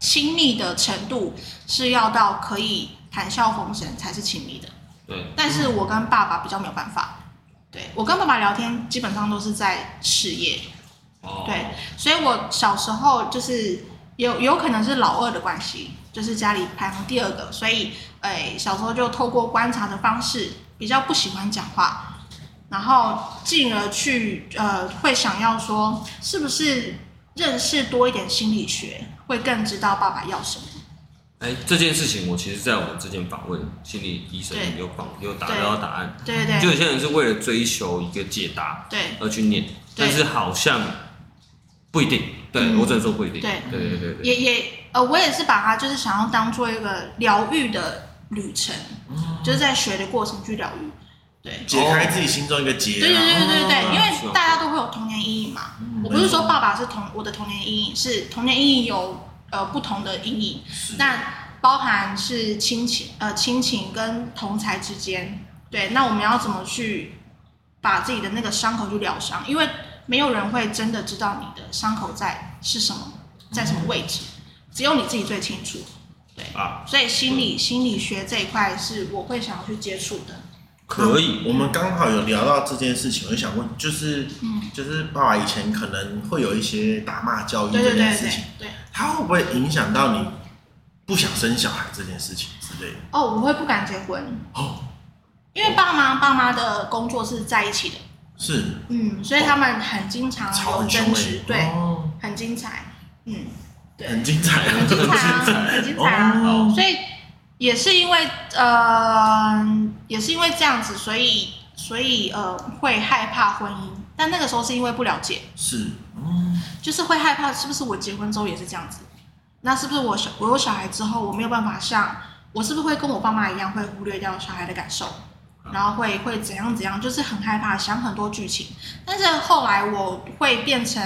Speaker 4: 亲密的程度是要到可以谈笑风生才是亲密的，
Speaker 3: 对，
Speaker 4: 但是我跟爸爸比较没有办法，对我跟爸爸聊天基本上都是在事业，
Speaker 3: 哦
Speaker 4: 对，所以我小时候就是有有可能是老二的关系，就是家里排行第二哎个，所以诶、小时候就透过观察的方式，比较不喜欢讲话，然后进而去呃会想要说，是不是认识多一点心理学，会更知道爸爸要什么？
Speaker 3: 哎，这件事情我其实在我之前访问心理医生有访有达
Speaker 4: 对
Speaker 3: 到答案，
Speaker 4: 对对
Speaker 3: 就
Speaker 4: 对
Speaker 3: 有些人是为了追求一个解答
Speaker 4: 对
Speaker 3: 而去念，
Speaker 4: 对
Speaker 3: 但是好像不一定，对
Speaker 4: 嗯
Speaker 3: 我只能说不一定，
Speaker 4: 对
Speaker 3: 对对对对，
Speaker 4: 也也呃，我也是把它就是想要当做一个疗愈的旅程，
Speaker 3: 嗯
Speaker 4: 就是在学的过程去疗愈。对，
Speaker 2: 解开自己心中一个结啊。
Speaker 4: 对对对对对
Speaker 2: 哦
Speaker 4: 对，因
Speaker 3: 是
Speaker 4: 为
Speaker 3: 啊
Speaker 4: 大家都会有童年阴影嘛。我不是说爸爸是童我的童年阴影，是童年阴影有呃不同的阴影，
Speaker 2: 嗯
Speaker 4: 那包含是亲情呃亲情跟同才之间，对，那我们要怎么去把自己的那个伤口去疗伤？因为没有人会真的知道你的伤口在是什么，在什么位置，只有你自己最清楚。对，
Speaker 3: 啊，
Speaker 4: 所以心理心理学这一块是我会想要去接触的。
Speaker 3: 可以，
Speaker 2: 我们刚好有聊到这件事情，我就想问，就是，
Speaker 4: 嗯
Speaker 2: 就是爸爸以前可能会有一些打骂教育
Speaker 4: 对对
Speaker 2: 这
Speaker 4: 对
Speaker 2: 件事
Speaker 4: 对
Speaker 2: 情，
Speaker 4: 对。
Speaker 2: 他会不会影响到你不想生小孩这件事情之类的？
Speaker 4: 哦，我会不敢结婚，
Speaker 2: 哦，
Speaker 4: 因为爸妈爸妈的工作是在一起的，
Speaker 2: 是
Speaker 4: 嗯，所以他们很经常
Speaker 2: 吵
Speaker 4: 有
Speaker 2: 很
Speaker 4: 争
Speaker 2: 凶
Speaker 4: 执
Speaker 2: 欸，，
Speaker 4: 对，
Speaker 2: 哦
Speaker 4: 很精彩， 嗯，对，
Speaker 2: 很精彩 啊，
Speaker 4: 很精彩啊，很精彩啊，
Speaker 2: 哦
Speaker 4: 所以也是因为呃，也是因为这样子，所以所以呃会害怕婚姻，但那个时候是因为不了解，
Speaker 2: 是，嗯，
Speaker 4: 就是会害怕是不是我结婚之后也是这样子，那是不是我小我有小孩之后我没有办法像我是不是会跟我爸妈一样会忽略掉小孩的感受，然后会会怎样怎样，就是很害怕想很多剧情。但是后来我会变成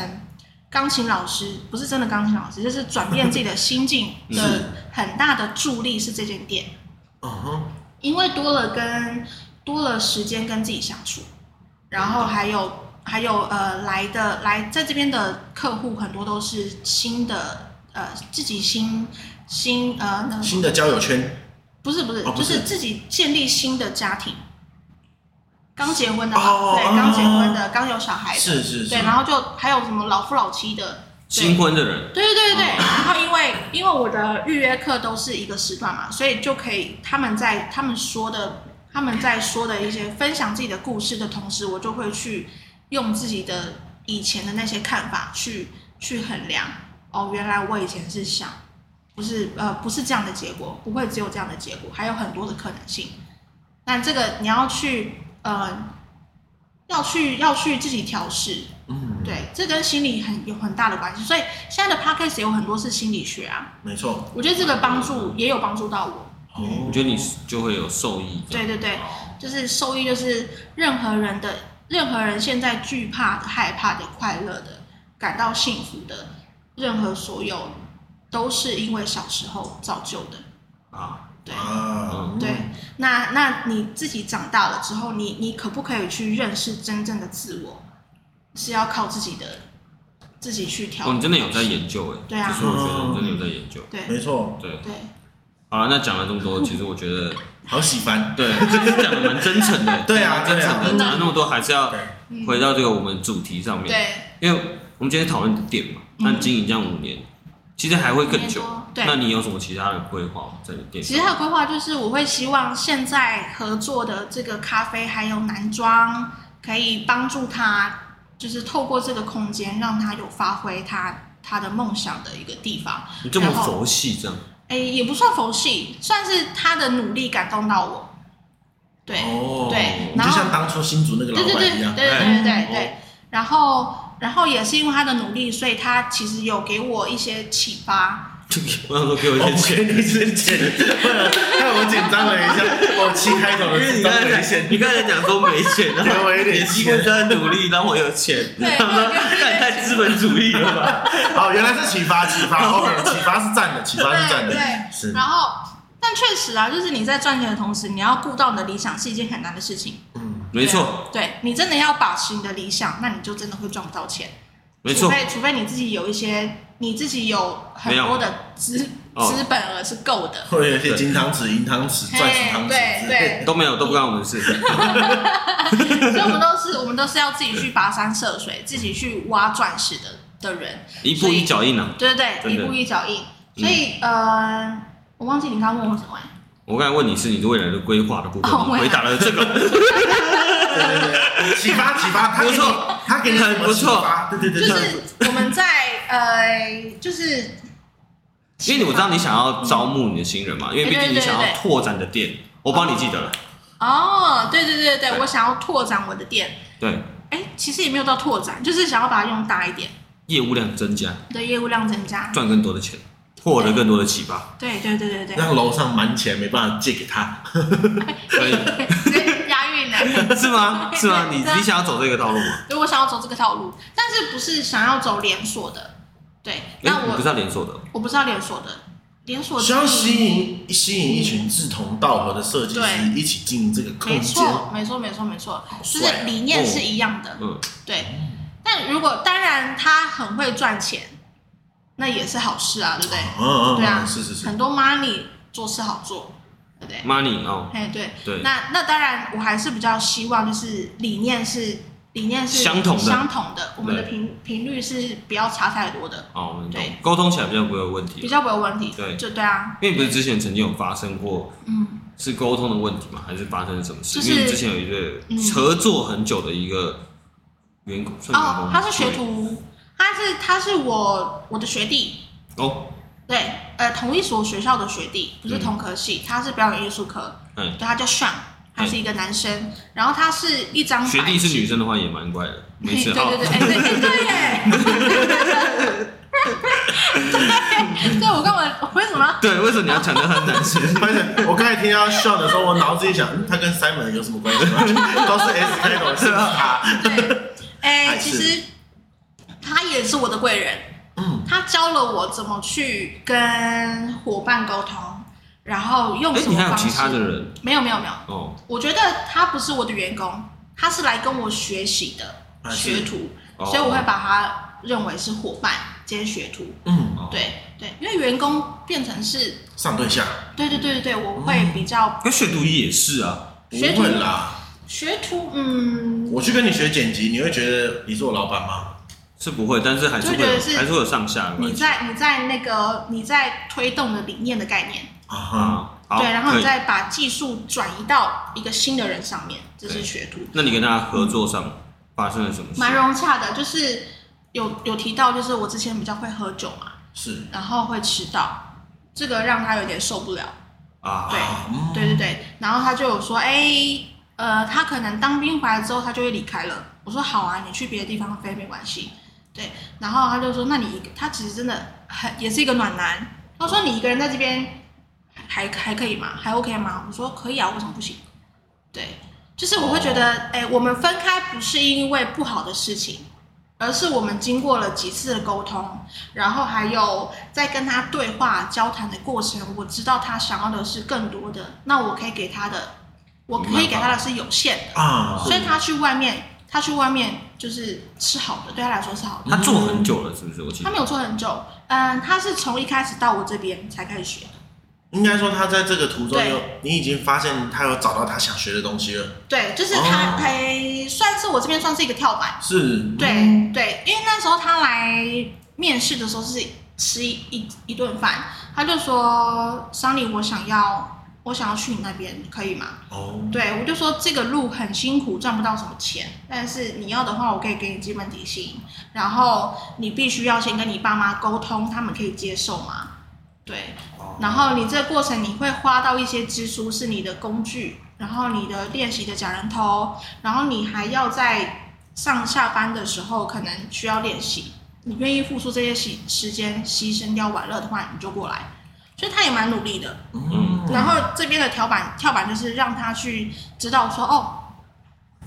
Speaker 4: 钢琴老师，不是真的钢琴老师，就是转变自己的心境
Speaker 2: 是
Speaker 4: 的很大的助力是这间店，
Speaker 2: 嗯哼，
Speaker 4: 因为多了跟多了时间跟自己相处，然后还有还有呃来的来在这边的客户很多都是新的呃自己新新呃那个
Speaker 2: 新的交友圈，
Speaker 4: 不是不是
Speaker 2: 哦不
Speaker 4: 就是是自己建立新的家庭，刚结婚的嘛
Speaker 2: 哦
Speaker 4: 对，
Speaker 2: 哦
Speaker 4: 刚结婚的刚有小孩的，
Speaker 2: 是是是
Speaker 4: 对，，然后就还有什么老夫老妻的。对
Speaker 3: 新婚的人
Speaker 4: 对对对对，然后因为因为我的预约课都是一个时段嘛，所以就可以他们在他们说的他们在说的一些分享自己的故事的同时，我就会去用自己的以前的那些看法去去衡量。哦，原来我以前是想，不是呃不是这样的结果，不会只有这样的结果，还有很多的可能性。那这个你要去呃要去要去自己调试，
Speaker 2: 嗯，
Speaker 4: 对，这跟心理很有很大的关系，所以现在的 podcast 也有很多是心理学啊，
Speaker 2: 没错，
Speaker 4: 我觉得这个帮助也有帮助到我。
Speaker 2: 哦
Speaker 3: 我觉得你就会有受益的，
Speaker 4: 对对对，就是受益，就是任何人的任何人现在惧怕的、害怕的、快乐的、感到幸福的，任何所有都是因为小时候造就的。
Speaker 3: 啊，
Speaker 4: 对
Speaker 2: 啊，
Speaker 4: 对，那那你自己长大了之后，你你可不可以去认识真正的自我，是要靠自己的自己去调
Speaker 3: 哦，你真的有在研究哎，
Speaker 4: 对啊
Speaker 3: 就是我觉得你真的有在研究，
Speaker 4: 对
Speaker 2: 没错，
Speaker 3: 对，
Speaker 4: 对。
Speaker 3: 好了，那讲了这么 多，其实我觉得
Speaker 2: 好喜欢，
Speaker 3: 对，这是讲的蛮真诚 的，
Speaker 2: 对啊
Speaker 3: 真诚的，
Speaker 2: 对
Speaker 3: 讲
Speaker 2: 啊
Speaker 3: 了那么多，还是要
Speaker 2: 对
Speaker 3: 回到这个我们主题上面，
Speaker 4: 对
Speaker 3: 因为我们今天讨论的店嘛，那经营这样五年，其实还会更久
Speaker 4: 嗯五年多。对
Speaker 3: 那你有什么其他的规划吗在你店？
Speaker 4: 其实他的规划就是，我会希望现在合作的这个咖啡还有男装，可以帮助他，就是透过这个空间，让他有发挥他他的梦想的一个地方。
Speaker 3: 你这么
Speaker 4: 然后
Speaker 3: 佛系这样，
Speaker 4: 哎，也不算佛系，算是他的努力感动到我。对，
Speaker 2: 哦，
Speaker 4: 对
Speaker 2: 你
Speaker 4: 然
Speaker 2: 就
Speaker 4: 后
Speaker 2: 像当初新竹那个老
Speaker 4: 对对对
Speaker 2: 板一
Speaker 4: 对对
Speaker 2: 样，
Speaker 4: 对对
Speaker 2: 哎
Speaker 4: 对。然后，然后也是因为他的努力，所以他其实有给我一些启发。
Speaker 3: 我想说给我一
Speaker 2: 哦我
Speaker 3: 些
Speaker 2: 不
Speaker 3: 钱。
Speaker 2: 给你是剪， 让我紧张了一下。我七开头的紧张了一下，
Speaker 3: 哦 你刚才讲说没钱，啊 然
Speaker 2: 给
Speaker 3: 后
Speaker 2: 我一 点
Speaker 3: 机会
Speaker 2: 钱。
Speaker 3: 在努力让我有钱，
Speaker 4: 对
Speaker 3: 他 说那也太资本主义了吧？
Speaker 2: 哦，原来是启发，启发，OK，启 发是赞的，启发是赞
Speaker 4: 对
Speaker 2: 的，
Speaker 4: 对，
Speaker 2: 是
Speaker 4: 然后，但确实啊，就是你在赚钱的同时，你要顾到你的理想是一件很难的事情。
Speaker 2: 嗯，
Speaker 3: 没错，
Speaker 4: 对，对你真的要把持你的理想，那你就真的会赚不到钱。
Speaker 3: 没错
Speaker 4: 除，非除非你自己有一些，你自己有很多的资
Speaker 3: 哦
Speaker 4: 资本额是够 的。
Speaker 2: 会有一些金汤匙、银汤匙、
Speaker 4: 嘿
Speaker 2: 钻石汤匙之类的。
Speaker 3: 都没有，都不干我们的事。
Speaker 4: 所以我们都是我们都是要自己去跋山涉水，自己去挖钻石的的人。
Speaker 3: 一步一脚印啊！
Speaker 4: 对对对，
Speaker 3: 真
Speaker 4: 一
Speaker 3: 的
Speaker 4: 步一脚印。所以、呃，我忘记你刚刚问我什么、欸。
Speaker 3: 我刚才问你是你的未来的规划的部分，
Speaker 4: 哦
Speaker 3: 你回答了这个，
Speaker 2: 对对对，启发启发，他
Speaker 3: 不错
Speaker 2: 给你他给你什么
Speaker 3: 不
Speaker 2: 启
Speaker 3: 错
Speaker 2: 发？对对对
Speaker 4: 就
Speaker 2: 对，
Speaker 4: 是我们在呃，就是
Speaker 3: 因为我知道你想要招募你的新人嘛，因为毕竟你想
Speaker 4: 对对
Speaker 3: 要
Speaker 4: 对
Speaker 3: 拓展你的店，我帮你记得了。
Speaker 4: 哦，对对对对，我想要拓展我的店，
Speaker 3: 对，
Speaker 4: 哎，其实也没有到拓展，就是想要把它用大一点，
Speaker 3: 业务量增加，
Speaker 4: 对业务量增加，
Speaker 3: 赚更多的钱，获得更多的启发。
Speaker 4: 对对对对对，
Speaker 2: 让楼上瞒起来没办法借给他，
Speaker 3: 可以
Speaker 4: 对押韵 呢。
Speaker 3: 是吗？是吗？你
Speaker 4: 对啊
Speaker 3: 你想要走这个道路吗？
Speaker 4: 对，我想要走这个套路，但是不是想要走连锁的，对，
Speaker 3: 哎
Speaker 4: 那，
Speaker 3: 你
Speaker 4: 我、
Speaker 3: 不是要连锁的哦，
Speaker 4: 我不知道连锁的，连锁
Speaker 2: 需要吸
Speaker 4: 经营
Speaker 2: 引吸引一群志同道合的设计师
Speaker 4: 对
Speaker 2: 一起经营这个空
Speaker 4: 没
Speaker 2: 间，
Speaker 4: 错，没错，没错，没错，就
Speaker 2: 帅
Speaker 3: 哦
Speaker 4: 是
Speaker 2: 啊
Speaker 4: 理念是一样的，
Speaker 3: 嗯，
Speaker 4: 对。但如果当然他很会赚钱，那也是好事啊，对不对？
Speaker 2: 嗯嗯
Speaker 4: 对啊
Speaker 2: 嗯，是是是，
Speaker 4: 很多 money 做事好做，对不对？
Speaker 3: money 哦，
Speaker 4: 哎，对。
Speaker 3: 对，
Speaker 4: 那那当然，我还是比较希望就是理念是理念是
Speaker 3: 相同的
Speaker 4: 相同的，我们的
Speaker 3: 对
Speaker 4: 频频率是不要差太多的，
Speaker 3: 哦，我们懂
Speaker 4: 对，
Speaker 3: 沟通起来比较不会有问
Speaker 4: 比
Speaker 3: 题。
Speaker 4: 较不会有问题。
Speaker 3: 对
Speaker 4: 就对啊，
Speaker 3: 因为你不是之前曾经有发生过
Speaker 4: 嗯，
Speaker 3: 是沟通的问题吗？还是发生了什么事？
Speaker 4: 就是
Speaker 3: 因为你之前有一个
Speaker 4: 嗯
Speaker 3: 合作很久的一个员工，算员
Speaker 4: 哦
Speaker 3: 工，，
Speaker 4: 他是学徒，他是他是我我的学弟，
Speaker 3: 对哦，
Speaker 4: 对，呃，同一所学校的学弟，不是
Speaker 3: 嗯
Speaker 4: 同科系，他是表演艺术科，
Speaker 3: 嗯
Speaker 4: 对，他叫 Sean，他是一个男生，然后啊他是一张
Speaker 3: 学弟
Speaker 4: 白
Speaker 3: 是
Speaker 4: 纸
Speaker 3: 女 生的话也蛮怪的，没事
Speaker 4: 对对对，
Speaker 3: 哦，
Speaker 4: 哎对哎对耶，对， 对我跟我我为什么要？
Speaker 3: 对，为什么你要讲的很男 生？
Speaker 2: 不是，我刚才听到笑的时候，我脑子里想，嗯他跟 Simon 有什么关系吗？ 都是 S 开头，是不是他？
Speaker 4: 对，哎，
Speaker 2: 还
Speaker 4: 其
Speaker 2: 是
Speaker 4: 实他也是我的贵人，
Speaker 2: 嗯，
Speaker 4: 他教了我怎么去跟伙伴沟通，然后用
Speaker 3: 哎，
Speaker 4: 什
Speaker 3: 你
Speaker 4: 么
Speaker 3: 还有
Speaker 4: 方式？
Speaker 3: 其他的人
Speaker 4: 没有没有没有，
Speaker 3: 哦，
Speaker 4: 我觉得他不是我的员工，他是来跟我学习的
Speaker 2: 啊
Speaker 4: 学
Speaker 2: 是
Speaker 4: 徒，
Speaker 3: 哦
Speaker 4: 所以我会把他认为是伙伴兼学徒。
Speaker 2: 嗯，
Speaker 3: 哦
Speaker 4: 对对，因为员工变成是，
Speaker 2: 上对下，
Speaker 4: 对对对对对，我会比较
Speaker 3: 跟学徒也是啊，
Speaker 2: 不
Speaker 4: 学徒
Speaker 2: 会啦。
Speaker 4: 学徒，嗯，
Speaker 2: 我去跟你学剪辑，你会觉得你是我老板吗？
Speaker 3: 是不会，但是还是会
Speaker 4: 就觉
Speaker 3: 有
Speaker 4: 得是
Speaker 3: 还是会有上下的关
Speaker 4: 你
Speaker 3: 系
Speaker 4: 在你在那个你在推动的理念的概念，
Speaker 2: 啊哈，
Speaker 3: 啊。好，
Speaker 4: 对，然后
Speaker 3: 可
Speaker 4: 你
Speaker 3: 以。
Speaker 4: 再把技术转移到一个新的人上面，这是
Speaker 3: 对
Speaker 4: 学徒。
Speaker 3: 那你跟他合作上发生了什么事？
Speaker 4: 蛮融洽的，就是有有提到，就是我之前比较会喝酒嘛，
Speaker 2: 是
Speaker 4: 然后会迟到，这个让他有点受不了。
Speaker 3: 啊，
Speaker 4: 对
Speaker 2: 啊，嗯
Speaker 4: 对对对，然后他就有说，哎、呃，他可能当兵回来之后，他就会离开了。我说好啊，你去别的地方飞没关系。对，然后他就说，那你一个，他其实真的很也是一个暖男。他说你一个人在这边还还可以吗？还 OK 吗？我说可以啊，为什么不行？对，就是我会觉得，哎、我们分开不是因为不好的事情，而是我们经过了几次的沟通，然后还有在跟他对话交谈的过程，我知道他想要的是更多的，那我可以给他的，我可以给他的是有限的，
Speaker 2: 啊，
Speaker 4: 所以他去外面，他去外面就是吃好的，对他来说是好的。
Speaker 3: 他做很久了，是不是？我记
Speaker 4: 他
Speaker 3: 得
Speaker 4: 没有做很久，嗯，他是从一开始到我这边才开始学的，
Speaker 2: 应该说他在这个途中
Speaker 4: 对
Speaker 2: 有，你已经发现他有找到他想学的东西了，
Speaker 4: 对，就是他
Speaker 2: 哦
Speaker 4: 哎，算是我这边算是一个跳板。
Speaker 2: 是，嗯，
Speaker 4: 对对，因为那时候他来面试的时候是吃一一一顿饭，他就说：“桑尼，我想要我想要去你那边，可以吗
Speaker 2: 哦？”，
Speaker 4: 对我就说这个路很辛苦，赚不到什么钱，但是你要的话，我可以给你基本底薪，然后你必须要先跟你爸妈沟通，他们可以接受吗？对，
Speaker 2: 哦
Speaker 4: 然后你这个过程你会花到一些支出，是你的工具，然后你的练习的假人头，然后你还要在上下班的时候可能需要练习，你愿意付出这些时时间，牺牲掉玩乐的话，你就过来。所以他也蛮努力的。
Speaker 2: 嗯，
Speaker 4: 然后这边的跳板跳板就是让他去知道说，哦，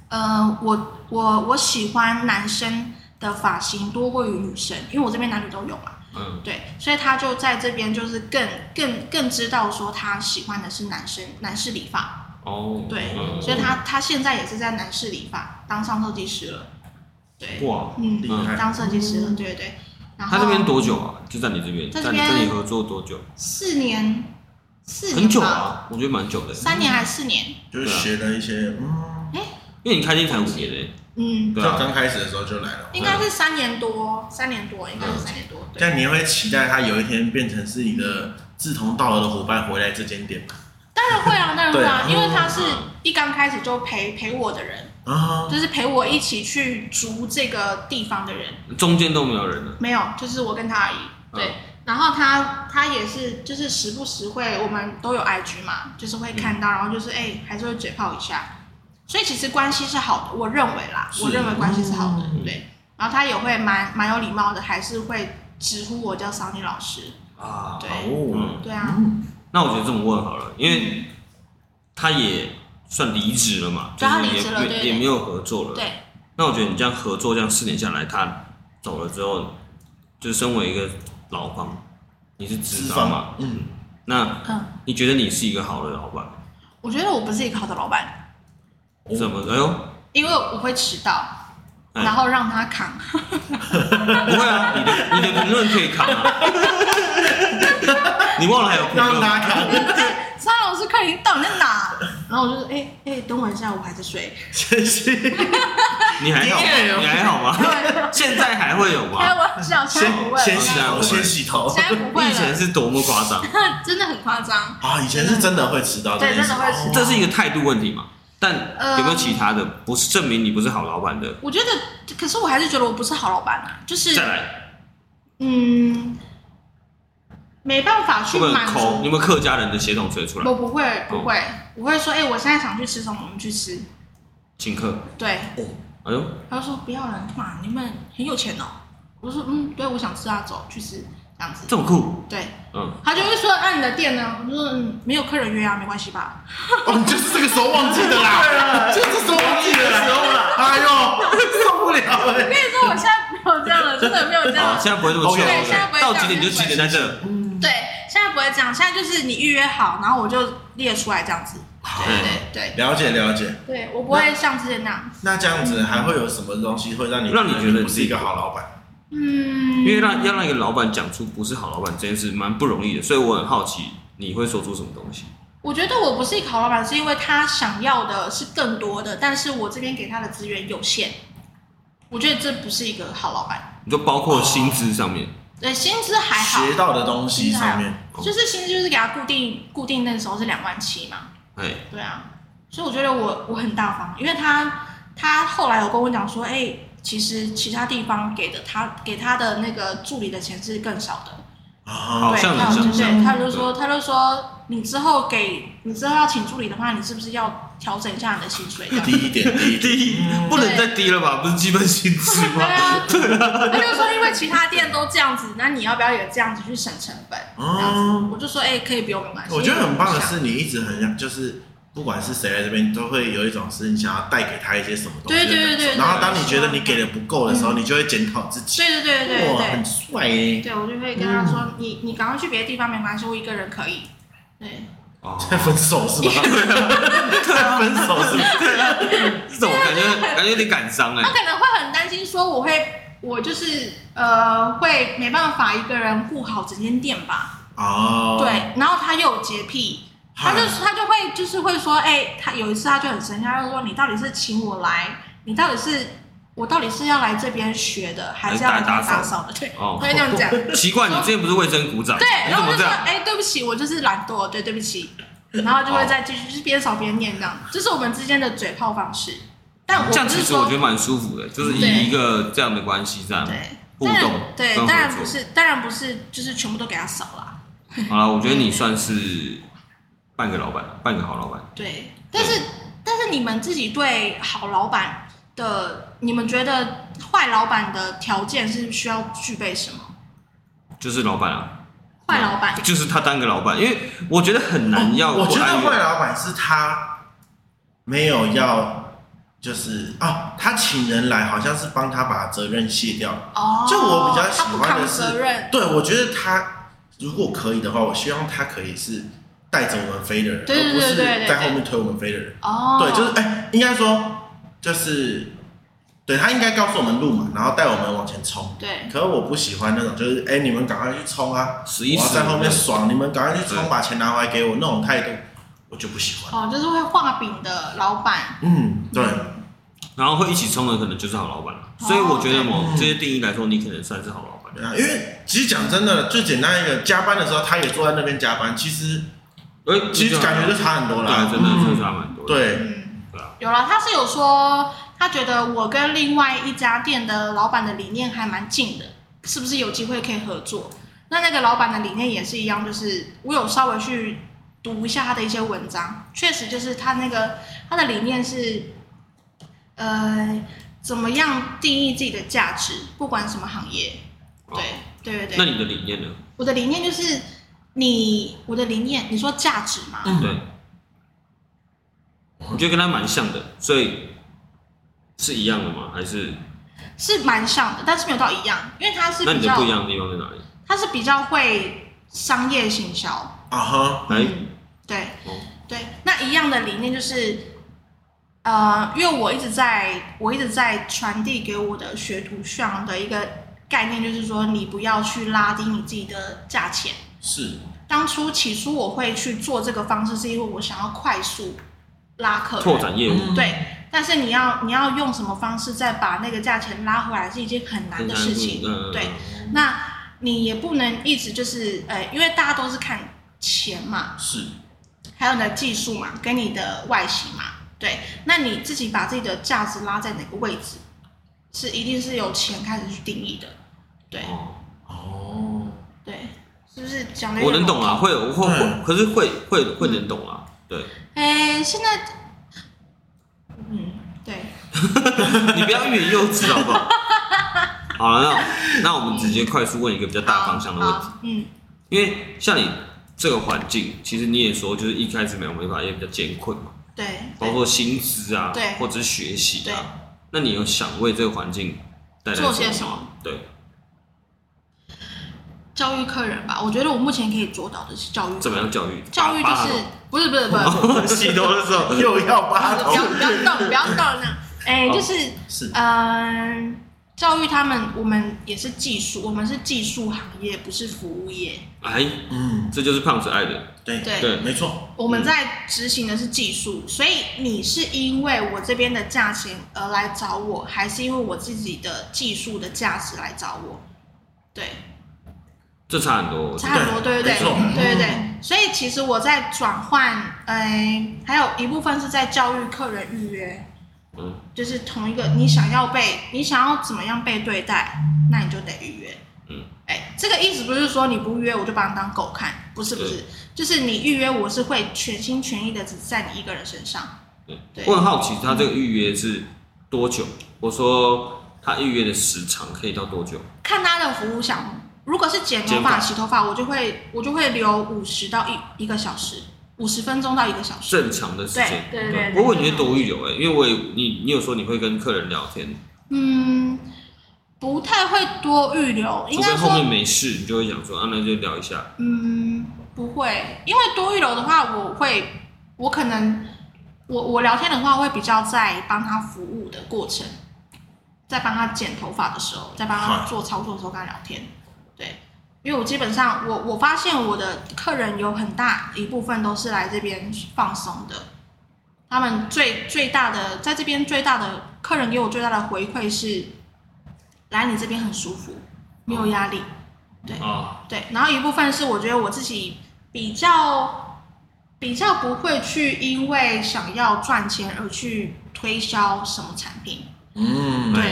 Speaker 4: 呃，我我我喜欢男生的发型多过于女生，因为我这边男女都有嘛。
Speaker 3: 嗯，
Speaker 4: 对，所以他就在这边就是更更更知道说他喜欢的是男生男士理发，
Speaker 3: 哦，
Speaker 4: 对，
Speaker 3: 嗯
Speaker 4: 所以他他现在也是在男士理发当上设计师了，对，
Speaker 3: 哇，
Speaker 4: 嗯
Speaker 2: 厉，害，
Speaker 4: 当设计师了，对对对。然后
Speaker 3: 他这边多久啊？就在你这边，
Speaker 4: 在
Speaker 3: 在
Speaker 4: 这
Speaker 3: 你
Speaker 4: 边
Speaker 3: 跟你合作多久？
Speaker 4: 四年，四年
Speaker 3: 很久
Speaker 4: 吧，
Speaker 3: 啊，我觉得蛮久的，
Speaker 4: 三年还是四年？
Speaker 2: 就是学了一些，嗯，
Speaker 3: 因为你开店才五年嘞，
Speaker 4: 嗯，
Speaker 2: 就
Speaker 3: 对啊，
Speaker 2: 刚开始的时候就来了。
Speaker 4: 应该是三年多，三年多，应该是三年多。
Speaker 3: 嗯
Speaker 4: 对，
Speaker 2: 但你会期待他有一天变成是你的志同道合的伙伴回来这间店吗？
Speaker 4: 当然会啊，当然会啊，
Speaker 3: 嗯
Speaker 2: 对
Speaker 4: 因为他是一刚开始就陪陪我的人，
Speaker 2: 啊，
Speaker 4: 就是陪我一起去租这个地方的人，
Speaker 3: 中间都没有人了。
Speaker 4: 没有，就是我跟他而已。对，
Speaker 3: 嗯
Speaker 4: 然后他他也是，就是时不时会，我们都有 IG 嘛，就是会看
Speaker 3: 嗯
Speaker 4: 到，然后就是哎、还是会嘴炮一下。所以其实关系是好的，我认为啦，
Speaker 3: 是
Speaker 4: 我认为关系是好的，
Speaker 3: 嗯
Speaker 4: 对。然后他也会蛮蛮有礼貌的，还是会直呼我叫桑尼老师，
Speaker 3: 啊
Speaker 4: 对
Speaker 2: 哦，
Speaker 4: 对啊，
Speaker 2: 嗯，
Speaker 3: 那我觉得这么问好了，因为他也算离职了嘛，就
Speaker 4: 对他
Speaker 3: 是
Speaker 4: 离
Speaker 3: 也
Speaker 4: 职了对
Speaker 3: 没
Speaker 4: 对
Speaker 3: 也没有合作了。
Speaker 4: 嗯对，
Speaker 3: 那我觉得你这样合作这样四年下来，他走了之后，就是身为一个老板，你是资方嘛，
Speaker 2: 嗯，
Speaker 3: 那
Speaker 4: 嗯，
Speaker 3: 你觉得你是一个好的老板？
Speaker 4: 我觉得我不是一个好的老板，
Speaker 2: 哦
Speaker 3: 怎么？哎呦，
Speaker 4: 因为我会迟到，
Speaker 3: 哎
Speaker 4: 然后让他扛。
Speaker 3: 不会啊，你的你的评论可以扛啊。 你忘了还有评
Speaker 2: 让
Speaker 3: 论？
Speaker 2: 他看，
Speaker 4: 桑尼老师，快点，到底在哪？然后我就说，哎、哎、等我一下，我还 在睡。
Speaker 2: 谢谢。
Speaker 3: 你还好吗？你还好吗？ 现在还会有
Speaker 4: 开
Speaker 3: 吗？
Speaker 4: 玩笑，现在不会
Speaker 2: 先先洗
Speaker 4: 了，
Speaker 2: 头，先洗头
Speaker 4: 现在不会
Speaker 3: 以前
Speaker 4: 了，
Speaker 3: 是多么夸张，
Speaker 4: 真的很夸张。
Speaker 2: 啊！以前是真的会迟到，
Speaker 4: 对
Speaker 2: 件事哦
Speaker 4: 真的会迟到
Speaker 3: 这是一个态度问题嘛？但
Speaker 4: 呃
Speaker 3: 有没有其他的？不是证明你不是好老板的。
Speaker 4: 我觉得，可是我还是觉得我不是好老板啊，就是
Speaker 3: 再来，
Speaker 4: 嗯，没办法
Speaker 3: 有
Speaker 4: 去
Speaker 3: 没有
Speaker 4: 满
Speaker 3: 抠？你有
Speaker 4: 足。
Speaker 3: 没有客家人的血统吹出来？
Speaker 4: 我不会，不会，我会说，哎、我现在想去吃什么，我们去吃。
Speaker 3: 请客。
Speaker 4: 对，
Speaker 3: 哎呦，
Speaker 4: 他就说不要了，嘛，你们很有钱哦。我就说，嗯，对，我想吃啊，走去吃，这样子。
Speaker 3: 这么酷，
Speaker 4: 对，
Speaker 3: 嗯，
Speaker 4: 他就会说，啊那、你的店呢？我就说，嗯，没有客人约啊，没关系吧。
Speaker 2: 哦，你就是这个时候忘记的 啦，
Speaker 4: 啊
Speaker 2: 就是这时候忘记的啦，哎呦， 受不了
Speaker 4: 我
Speaker 2: 了。
Speaker 4: 跟你说，我现在没有这样了，真的没有这样
Speaker 3: 好，
Speaker 4: 了。
Speaker 3: 现在不会这么
Speaker 2: 哦
Speaker 3: 秀
Speaker 2: 对
Speaker 4: 现在不会这
Speaker 3: 到
Speaker 4: 样
Speaker 3: 几点就几点在这，
Speaker 4: 对，现在不会这样，现在就是你预约好，然后我就列出来这样子。对对对
Speaker 2: 了解了解，
Speaker 4: 对，对我不会像之前那样。
Speaker 2: 那这样子还会有什么东西会让你
Speaker 3: 让你觉得
Speaker 2: 不是一个好老板？
Speaker 4: 嗯，
Speaker 3: 因为让要让一个老板讲出不是好老板这件事蛮不容易的，所以我很好奇你会说出什么东西。
Speaker 4: 我觉得我不是一个好老板，是因为他想要的是更多的，但是我这边给他的资源有限。我觉得这不是一个好老板。
Speaker 3: 你就包括薪资上面，
Speaker 4: 对，薪资还好
Speaker 2: 学，到的东西上面，
Speaker 4: 就是薪资就是给他固定固定那时候是两万七嘛。
Speaker 3: 哎，
Speaker 4: 对啊，所以我觉得我我很大方，因为他他后来有跟我讲说，哎、其实其他地方给的他给他的那个助理的钱是更少
Speaker 2: 啊
Speaker 4: 的，
Speaker 3: 好
Speaker 4: 对，
Speaker 3: 像
Speaker 4: 他
Speaker 3: 很
Speaker 4: 有
Speaker 3: 像
Speaker 4: 对，他就说他就说你之后给你之后要请助理的话，你是不是要调整一下你的薪 水？这样
Speaker 2: 低一点， 低一点，
Speaker 3: 低不能再低了吧？不是基本薪资
Speaker 4: 对
Speaker 3: 吗？
Speaker 4: 啊， 他就说因为其他店都这样子，那你要不要也这样子去省成本？这样子
Speaker 2: 哦，
Speaker 4: 我就说哎、可以不用没关系。
Speaker 2: 我觉得很棒的是，你一直很想，就是不管是谁来这边，都会有一种是你想要带给他一些什么东西的感受。
Speaker 4: 对对对对对
Speaker 2: 然后当你觉得你给的不够的时候，
Speaker 4: 嗯
Speaker 2: 你就会检讨自己。
Speaker 4: 对对对对对
Speaker 2: 哇，
Speaker 4: 对
Speaker 2: 很。帅耶！
Speaker 4: 对，我就会跟他说，你你赶快去别的地方没关系，我一个人可以。对，
Speaker 3: 哦，
Speaker 2: 在分手是吧？在分手是吧？
Speaker 3: 这种感觉感觉有点感伤
Speaker 4: 他
Speaker 3: 哎。
Speaker 4: 可能会很担心说我会，我就是呃会没办法一个人顾好整间店吧。
Speaker 2: 哦，
Speaker 4: 对，然后他又有洁癖，他
Speaker 2: 嗨，
Speaker 4: 就他就会就是会说，哎、他有一次他就很生气，他就说你到底是请我来，你到底是我到底是要来这边学的，还是要来这边
Speaker 3: 还是打
Speaker 4: 打
Speaker 3: 打
Speaker 4: 扫的？对，他
Speaker 3: 哦，
Speaker 4: 会这样讲。
Speaker 3: 奇怪，你之前不是卫生股长，
Speaker 4: 对，
Speaker 3: 你怎
Speaker 4: 然后我
Speaker 3: 么
Speaker 4: 就
Speaker 3: 这
Speaker 4: 说，
Speaker 3: 样？
Speaker 4: 哎、对不起，我就是懒惰，对，对不起，然后就会再继续，就是边扫边念这样，这是我们之间的嘴炮方式。但我
Speaker 3: 这样
Speaker 4: 不
Speaker 3: 其
Speaker 4: 是
Speaker 3: 实我
Speaker 4: 说
Speaker 3: 觉得蛮舒服的，就是
Speaker 4: 对
Speaker 3: 以一个这样的关系这样
Speaker 4: 对，
Speaker 3: 互
Speaker 4: 当
Speaker 3: 动
Speaker 4: 然对，
Speaker 3: 跟
Speaker 4: 当然
Speaker 3: 合
Speaker 4: 不
Speaker 3: 作。
Speaker 4: 是，当然不是，就是全部都给他扫啦。
Speaker 3: 好了，我觉得你算是半个老板，半个好老板。
Speaker 4: 对，但是但是你们自己对好老板的，你们觉得坏老板的条件是需要具备什么？
Speaker 3: 就是老板啊，
Speaker 4: 坏老板，
Speaker 3: 就是他当个老板，因为我觉得很难要
Speaker 2: 哦我觉得
Speaker 3: 安慰
Speaker 2: 坏老板是他没有要，就是啊，他请人来好像是帮他把责任卸掉。
Speaker 4: 哦，
Speaker 2: 就我比较喜
Speaker 4: 他不
Speaker 2: 欢的
Speaker 4: 扛
Speaker 2: 是
Speaker 4: 责任，
Speaker 2: 对，我觉得他如果可以的话，我希望他可以是带着我们飞的人，
Speaker 4: 对
Speaker 2: 而
Speaker 4: 对对对
Speaker 2: 不
Speaker 4: 对
Speaker 2: 是在后面推我们飞的人。
Speaker 4: 哦，
Speaker 2: 对，就是哎、应该说就是，对他应该告诉我们路嘛，然后带我们往前冲。
Speaker 4: 对
Speaker 2: 可是我不喜欢那种，就是哎、你们赶快去冲啊！
Speaker 3: 十一
Speaker 2: 我要在后面
Speaker 3: 十
Speaker 2: 爽，你们赶快去
Speaker 3: 对
Speaker 2: 冲，把钱拿回来给我，那种态度我就不喜欢。
Speaker 4: 哦，就是会画饼的老板，
Speaker 2: 嗯，对，
Speaker 3: 然后会一起冲的可能就是好老板了。
Speaker 4: 哦
Speaker 3: 所以我觉得某
Speaker 2: 对
Speaker 3: 这些定义来说，你可能算是好老板。
Speaker 2: 对啊，因为其实讲真的，最简单一个，加班的时候他也坐在那边加班，其实
Speaker 3: 哎，
Speaker 2: 哦其实感觉就差很多
Speaker 3: 对
Speaker 2: 啦
Speaker 3: 啊，。真的
Speaker 2: 嗯
Speaker 3: 真的差蛮多的。
Speaker 2: 对，
Speaker 4: 嗯，
Speaker 3: 对啊，
Speaker 4: 有了，他是有说他觉得我跟另外一家店的老板的理念还蛮近的，是不是有机会可以合作？那那个老板的理念也是一样，就是我有稍微去读一下他的一些文章，确实就是他那个他的理念是，呃，怎么样定义自己的价值，不管什么行业，
Speaker 3: 哦
Speaker 4: 对对对对。
Speaker 3: 那你的理念呢？
Speaker 4: 我的理念就是你，我的理念，你说价值嘛？
Speaker 2: 嗯
Speaker 3: 对，我觉得跟他蛮像的，所以是一样的吗？还是
Speaker 4: 是蛮像的，但是没有到一样，因为它是
Speaker 3: 那
Speaker 4: 比
Speaker 3: 你的
Speaker 4: 较
Speaker 3: 不一，样的地方在哪里？
Speaker 4: 它是比较会商业行销，
Speaker 2: 啊哈，
Speaker 3: 来，
Speaker 4: 嗯对
Speaker 3: 哎哦，
Speaker 4: 对，那一样的理念就是，呃，因为我一直在我一直在传递给我的学徒上的一个概念，就是说你不要去拉低你自己的价钱。
Speaker 2: 是
Speaker 4: 当初起初我会去做这个方式，是因为我想要快速拉客人
Speaker 3: 拓展业务，
Speaker 2: 嗯
Speaker 4: 对，但是你要你要用什么方式再把那个价钱拉回来是一件很难的事情。
Speaker 3: 嗯，
Speaker 4: 对，那你也不能一直就是呃，因为大家都是看钱嘛，
Speaker 2: 是，
Speaker 4: 还有你的技术嘛，跟你的外形嘛，对，那你自己把自己的价值拉在哪个位置，是一定是由钱开始去定义的。对
Speaker 3: 哦，
Speaker 2: 哦，
Speaker 4: 对，是不是讲的？
Speaker 3: 我能懂啊，。会我会会，
Speaker 2: 嗯
Speaker 3: 可是会会会能懂啊，对，
Speaker 4: 哎、现在，嗯，对，
Speaker 3: 你不要欲言又止好不好？好了，那那我们直接快速问一个比较大方向的问题，
Speaker 4: 好嗯，
Speaker 3: 因为像你这个环境，其实你也说，就是一开始美容美发业比较艰困嘛，
Speaker 4: 对，
Speaker 3: 包括薪资啊，
Speaker 4: 对
Speaker 3: 或者是学习
Speaker 4: 对
Speaker 3: 啊。那你有想为这个环境带来
Speaker 4: 做些
Speaker 3: 什
Speaker 4: 什
Speaker 3: 么？
Speaker 4: 么？
Speaker 3: 对，
Speaker 4: 教育客人吧，我觉得我目前可以做到的是教育客人。
Speaker 3: 怎么样教育？
Speaker 4: 教育就
Speaker 3: 把把
Speaker 4: 是
Speaker 3: 他弄
Speaker 4: 不是不是不是，不
Speaker 2: 洗头的时候又要拔
Speaker 4: 要不
Speaker 2: 头，
Speaker 4: 要动不要动那，哎，
Speaker 3: 好
Speaker 4: 就是
Speaker 2: 是
Speaker 4: 嗯，教育他们，我们也是技术，我们是技术行业，不是服务业。
Speaker 3: 哎，
Speaker 2: 嗯，
Speaker 3: 这就是胖子爱的。
Speaker 2: 对
Speaker 4: 对
Speaker 3: 对
Speaker 2: 没错，
Speaker 4: 我们在执行的是技术，所以你是因为我这边的价钱而来找我，还是因为我自己的技术的价值来找我？对，
Speaker 3: 这差很多。我哦觉
Speaker 4: 差
Speaker 3: 得
Speaker 4: 很多，对对
Speaker 2: 没
Speaker 4: 对，
Speaker 2: 错
Speaker 4: 对对对。所以其实我在转换，哎，还有一部分是在教育客人预约。
Speaker 3: 嗯，
Speaker 4: 就是同一个你想要被你想要怎么样被对待，那你就得预约。
Speaker 3: 嗯，
Speaker 4: 哎、这个意思不是说你不预约我就把你当狗看，不是不是，就是你预约我是会全心全意的只在你一个人身上。
Speaker 3: 对。
Speaker 4: 对
Speaker 3: 我很好奇，他这个预约是多久？我说他预约的时长可以到多久？
Speaker 4: 看他的服务项目，如果是剪头
Speaker 3: 剪发
Speaker 4: 发、洗头发，我就会我就会留五十到一一个小时，五十分钟到一个小时。
Speaker 3: 正常的时间。
Speaker 4: 对对对对
Speaker 3: 不过你会多预留哎，因为我也你你有说你会跟客人聊天，
Speaker 4: 嗯，不太会多预留，应
Speaker 3: 除
Speaker 4: 该
Speaker 3: 非后
Speaker 4: 说
Speaker 3: 面没事，你就会想说啊，那就聊一下。
Speaker 4: 嗯，不会，因为多预留的话，我会，我可能，我我聊天的话会比较在帮他服务的过程，在帮他剪头发的时候，在帮他
Speaker 2: 好
Speaker 4: 做操作的时候跟他聊天，对，因为我基本上我我发现我的客人有很大一部分都是来这边放松的，他们最最大的在这边最大的客人给我最大的回馈是，来你这边很舒服，没有压力。
Speaker 3: 啊，
Speaker 4: 对，然后一部分是我觉得我自己比较比较不会去因为想要赚钱而去推销什么产品，
Speaker 2: 嗯，
Speaker 4: 对，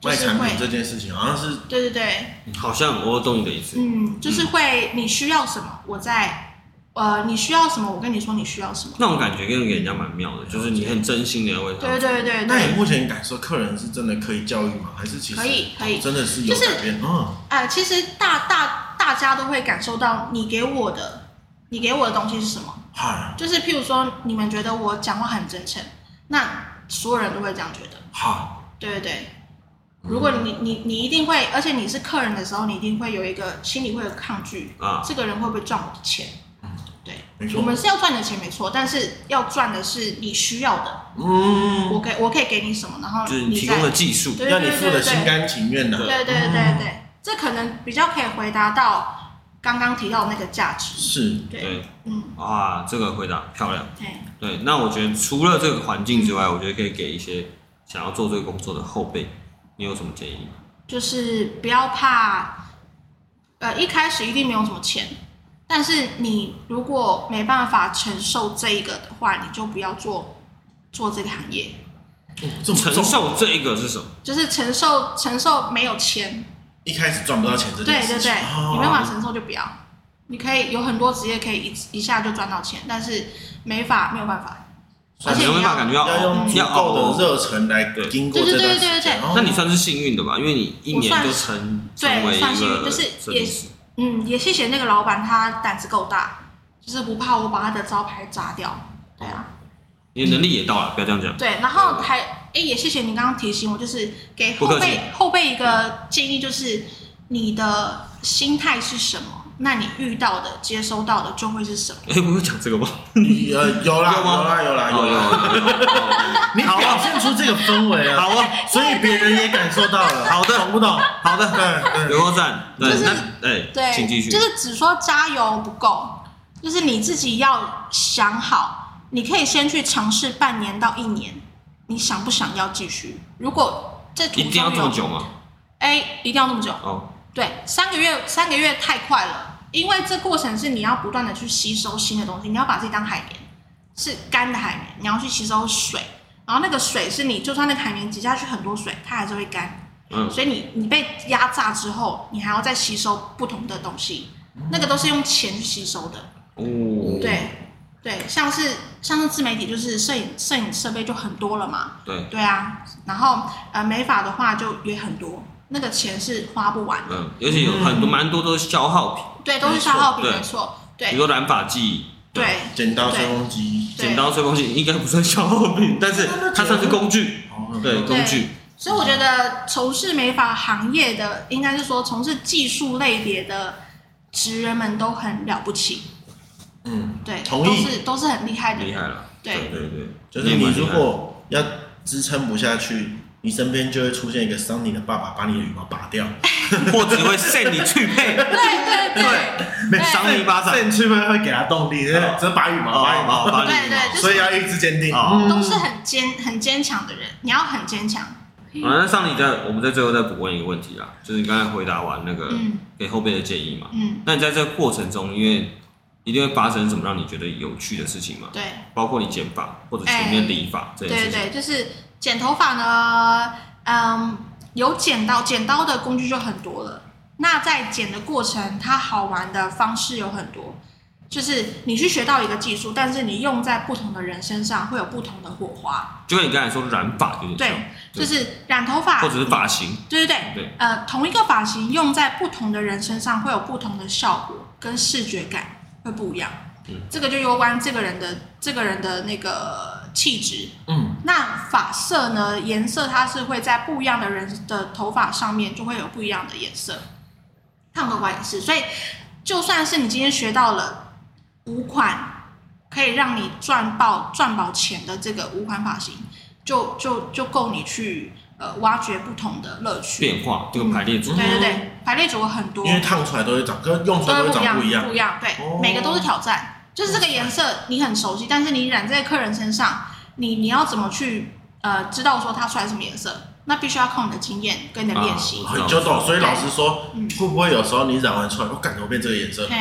Speaker 4: 就
Speaker 2: 卖
Speaker 4: 是
Speaker 2: 产
Speaker 4: 会
Speaker 2: 品，这件事情好像是
Speaker 4: 对对对，
Speaker 3: 好像我懂你的意思。
Speaker 4: 嗯，就是会你需要什么，我在呃你需要什么，我跟你说你需要什么，
Speaker 3: 那种感觉跟给人家蛮妙的，就是你很真心的为他。
Speaker 4: 对对对对
Speaker 2: 那你
Speaker 4: 对，
Speaker 2: 目前感受客人是真的可以教育吗？还是其实哦
Speaker 4: 可以可以
Speaker 2: 真的是有
Speaker 4: 就是
Speaker 2: 改变？嗯，
Speaker 4: 呃，其实大大大家都会感受到你给我的你给我的东西是什么。
Speaker 2: 好，
Speaker 4: 就是譬如说，你们觉得我讲话很真诚，那所有人都会这样觉得。
Speaker 2: 好，
Speaker 4: 对对对，
Speaker 3: 嗯
Speaker 4: 如果你你你一定会，而且你是客人的时候，你一定会有一个心里会有抗拒，
Speaker 3: 啊，嗯
Speaker 4: 这个人会不会赚我的钱？对，
Speaker 2: 没
Speaker 4: 我
Speaker 2: 错，
Speaker 4: 们是要赚你的钱没错，但是要赚的是你需要的，
Speaker 2: 嗯，
Speaker 4: 我给我可以给你什么，然后
Speaker 3: 就是你提
Speaker 4: 再
Speaker 3: 供的技术，
Speaker 4: 对对
Speaker 2: 让
Speaker 4: 对
Speaker 2: 你付
Speaker 4: 对
Speaker 2: 的
Speaker 4: 对
Speaker 2: 心甘情愿的，
Speaker 4: 对对对对
Speaker 3: 嗯
Speaker 4: 对，这可能比较可以回答到刚刚提到的那个价值。
Speaker 2: 是
Speaker 4: 对，
Speaker 3: 对，
Speaker 4: 嗯，
Speaker 3: 啊，这个回答漂亮。
Speaker 4: 对，
Speaker 3: 对，那我觉得除了这个环境之外，
Speaker 4: 嗯
Speaker 3: 我觉得可以给一些想要做这个工作的后辈，你有什么建议？
Speaker 4: 就是不要怕，呃，一开始一定没有什么钱，但是你如果没办法承受这一个的话，你就不要做做这个行业，
Speaker 2: 哦这么
Speaker 3: 承
Speaker 2: 重
Speaker 3: 受这一个是什么？
Speaker 4: 就是承受承受没有钱，
Speaker 2: 一开始赚不到钱这件
Speaker 4: 对
Speaker 2: 事
Speaker 4: 对
Speaker 2: 情，
Speaker 4: 对，你
Speaker 2: 哦
Speaker 4: 没办法承受就不要。你可以有很多职业可以一一下就赚到钱，但是没法没有办法，而
Speaker 3: 你
Speaker 4: 且
Speaker 3: 没
Speaker 4: 你
Speaker 3: 办法
Speaker 4: 要
Speaker 3: 感觉到
Speaker 2: 要用足
Speaker 3: 要
Speaker 2: 够
Speaker 3: 熬
Speaker 2: 的。热忱来
Speaker 3: 对
Speaker 2: 经过这段时
Speaker 4: 对对对对
Speaker 2: 间
Speaker 4: 对。
Speaker 2: 哦
Speaker 3: 那你算是幸运的吧，因为你一
Speaker 4: 我
Speaker 3: 年
Speaker 4: 算
Speaker 3: 就是成
Speaker 4: 对
Speaker 3: 成为一
Speaker 4: 算幸
Speaker 3: 个
Speaker 4: 运就是
Speaker 3: 设
Speaker 4: 也
Speaker 3: 计师
Speaker 4: 嗯，也谢谢那个老板，他胆子够大，就是不怕我把他的招牌砸掉。对啊，
Speaker 3: 你的能力也到了，不要这样讲。
Speaker 4: 对，然后还哎、也谢谢你刚刚提醒我，就是给
Speaker 3: 嗯不
Speaker 4: 后
Speaker 3: 客气
Speaker 4: 辈后辈一个建议，就是你的心态是什么，那你遇到的、接收到的就会是什么。
Speaker 3: 哎，我有讲这个吗？
Speaker 2: 呃，有啦，
Speaker 3: 有
Speaker 2: 有
Speaker 3: 吗
Speaker 2: 啦，有啦，
Speaker 4: 哦
Speaker 2: 有啦。
Speaker 3: 哦
Speaker 2: 你表现出这个氛围啊，
Speaker 3: 好啊，
Speaker 2: 所以别人也感受到了。
Speaker 3: 好的
Speaker 2: 懂不懂？
Speaker 3: 好的，
Speaker 2: 对
Speaker 3: 有
Speaker 2: 对，
Speaker 3: 够赞。对
Speaker 4: 就，是
Speaker 3: 那哎，
Speaker 4: 对，
Speaker 3: 请继续
Speaker 4: 就。是只说加油不够，就是你自己要想好，你可以先去尝试半年到一年，你想不想要继续？如果这途
Speaker 3: 一
Speaker 4: 中
Speaker 3: 定要这么
Speaker 4: 有
Speaker 3: 久？吗？
Speaker 4: 哎、一定要这么久。
Speaker 3: 哦，
Speaker 4: 对，三个月三个月太快了，因为这过程是你要不断的去吸收新的东西，你要把自己当海绵，是干的海绵，你要去吸收水，然后那个水是你就算那个海绵挤下去很多水，它还是会干，
Speaker 3: 嗯，
Speaker 4: 所以你你被压榨之后，你还要再吸收不同的东西，那个都是用钱去吸收的，
Speaker 3: 哦，
Speaker 4: 对对，像是像是自媒体就是摄影摄影设备就很多了嘛，
Speaker 3: 对，
Speaker 4: 对啊，然后呃美发的话就也很多，那个钱是花不完的。
Speaker 3: 嗯，而且有很多蛮多都是消耗品，
Speaker 4: 对，都是消耗品，
Speaker 3: 对
Speaker 4: 没错，
Speaker 3: 比
Speaker 4: 嗯对
Speaker 3: 如说染发剂、
Speaker 4: 对
Speaker 2: 剪刀吹风机。
Speaker 4: 对
Speaker 3: 剪刀、吹风机，应该不算消耗 品，但是它算是工具，
Speaker 2: 哦
Speaker 3: 对，
Speaker 4: 对
Speaker 3: 工具。
Speaker 4: 所以我觉得从事美发行业的，应该是说从事技术类别的职人们都很了不起，
Speaker 2: 嗯，
Speaker 4: 对，
Speaker 2: 同
Speaker 4: 都
Speaker 2: 意
Speaker 4: 是都是很厉害的
Speaker 3: 厉
Speaker 4: 人，
Speaker 3: 害了，
Speaker 4: 对
Speaker 3: 对对对，
Speaker 2: 就是你如 果要支撑不下去，你身边就会出现一个桑尼的爸爸，把你的羽毛拔掉，
Speaker 4: 哎
Speaker 3: 或只会扇你去配，
Speaker 4: 对对对对
Speaker 3: 赏你一巴掌，
Speaker 2: 甚至会会给他动力，
Speaker 3: 哦
Speaker 2: 只把羽毛，
Speaker 3: 哦
Speaker 2: 拔羽
Speaker 3: 哦
Speaker 2: 毛，
Speaker 3: 把
Speaker 4: 对
Speaker 3: 你
Speaker 4: 对对，就
Speaker 2: 所以
Speaker 4: 是
Speaker 2: 要意志坚定。
Speaker 3: 哦
Speaker 2: 嗯
Speaker 4: 都是很坚很坚强的人，你要很坚强，
Speaker 3: 好，那上你在我们在最后再补问一个问题啦，就是你刚才回答完那个
Speaker 4: 嗯
Speaker 3: 给后辈的建议嘛，
Speaker 4: 嗯，
Speaker 3: 那你在这个过程中，因为一定会发生什么让你觉得有趣的事情嘛？
Speaker 4: 对
Speaker 3: 包括你剪发或者前面理发这件
Speaker 4: 对
Speaker 3: 事情，
Speaker 4: 对，就是剪头发呢，嗯，有剪刀，剪刀的工具就很多了。那在剪的过程，它好玩的方式有很多，就是你去学到一个技术，但是你用在不同的人身上会有不同的火花。
Speaker 3: 就跟你刚才说染发有点像，
Speaker 4: 对，就是染头发
Speaker 3: 或，者是发型，
Speaker 4: 对对对，
Speaker 3: 对
Speaker 4: 呃，同一个发型用在不同的人身上会有不同的效果，跟视觉感会不一样。
Speaker 3: 嗯
Speaker 4: 这个就攸关这个人的这个人的那个气质，
Speaker 2: 嗯，
Speaker 4: 那发色呢？颜色它是会在不一样的人的头发上面就会有不一样的颜色，烫头发也是。所以，就算是你今天学到了五款可以让你赚爆赚饱钱的这个五款发型，就就就够你去呃挖掘不同的乐趣。
Speaker 3: 变化这个排列组
Speaker 4: 对
Speaker 3: 合，
Speaker 4: 对对，排列组合很多，
Speaker 2: 因为烫出来都会长，跟用出来
Speaker 4: 都
Speaker 2: 都会
Speaker 4: 会不
Speaker 2: 长
Speaker 4: 一样，
Speaker 2: 不一样
Speaker 4: 不。一样，对，
Speaker 2: 哦
Speaker 4: 每个都是挑战。就是这个颜色你很熟悉，但是你染在客人身上，你你要怎么去呃知道说它出来什么颜色？那必须要靠你的经验跟你的练习。
Speaker 3: 啊
Speaker 2: 很就懂，所以老师说，
Speaker 4: 嗯
Speaker 2: 会不会有时候你染完出来，哦我感觉我变这个颜色，
Speaker 4: 嘿，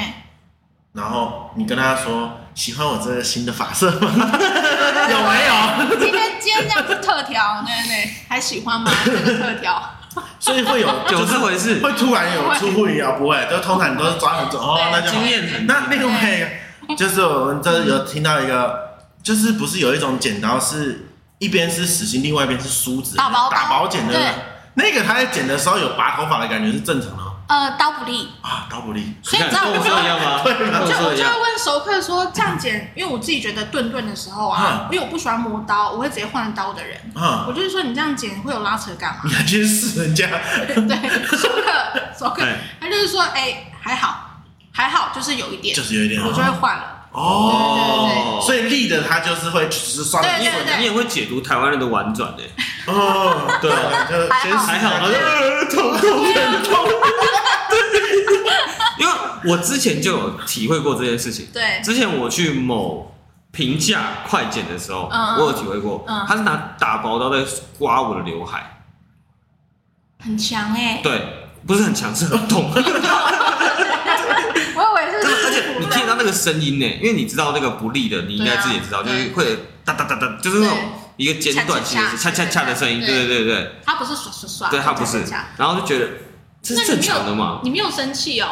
Speaker 2: 然后你跟他说喜欢我这个新的发色吗？ 有没有？
Speaker 4: 今天今天这样子特调，对对，还喜欢吗？这个特调，
Speaker 2: 所以会有，
Speaker 3: 有
Speaker 2: 就
Speaker 3: 这
Speaker 2: 是
Speaker 3: 回事，
Speaker 2: 会突然有出乎意料，不会，就通常你都是抓很准哦，那就好
Speaker 3: 经。验很
Speaker 2: 那另外一个就是我们这有听到一个，就是不是有一种剪刀是一边是死心，另外一边是梳子，
Speaker 4: 打啊薄刀
Speaker 2: 打薄剪的
Speaker 4: 对，
Speaker 2: 那个他在剪的时候有拔头发的感觉是正常的哦
Speaker 4: 呃，刀不利。
Speaker 2: 啊，刀不利。
Speaker 4: 所以你知道
Speaker 3: 跟
Speaker 4: 我
Speaker 3: 我
Speaker 4: 就
Speaker 3: 说一样吗？跟我
Speaker 4: 就
Speaker 3: 说
Speaker 4: 我
Speaker 3: 一
Speaker 4: 就
Speaker 3: 样
Speaker 4: 会，问熟客说这样剪，因为我自己觉得钝钝的时候啊，因为我不喜欢磨刀，我会直接换刀的人，
Speaker 2: 啊，
Speaker 4: 我就是说你这样剪会有拉扯感嘛。
Speaker 2: 你还去试人家？
Speaker 4: 对，熟客熟客
Speaker 3: 对，
Speaker 4: 他就是说，哎、还好，还好，就是有一点，
Speaker 2: 就是有一点
Speaker 4: 我就会换了。
Speaker 2: 哦，
Speaker 3: 所
Speaker 2: 所以利的他就是会只是刷的
Speaker 4: 对
Speaker 2: 一
Speaker 4: 对
Speaker 2: 会
Speaker 3: 以你也会解读台湾人的婉转的，
Speaker 2: 哦，对，就先试
Speaker 3: 还好，呃痛痛很痛，因为我之前就有体会过这件事情。
Speaker 4: 对，
Speaker 3: 之前我去某平价快剪的时候，
Speaker 4: 嗯嗯
Speaker 3: 我有体会过，
Speaker 4: 嗯
Speaker 3: 他是拿打薄刀在刮我的刘海，
Speaker 4: 很强哎、
Speaker 3: 对，不是很强，是很痛，
Speaker 4: 我以为是
Speaker 3: 而且你听得到那个声音呢，因为你知道那个不利的，你应该自己也知道，就
Speaker 4: 对啊
Speaker 3: 是会哒哒哒哒，就是那种
Speaker 4: 对
Speaker 3: 一个间断性的
Speaker 4: 恰
Speaker 3: 恰
Speaker 4: 恰
Speaker 3: 恰恰的声音，对
Speaker 5: 对
Speaker 3: 对对对，
Speaker 5: 他不是刷刷刷，
Speaker 3: 对他不是
Speaker 4: 恰恰，
Speaker 3: 然后就觉得这是正常的嘛，
Speaker 5: 你没有生气哦，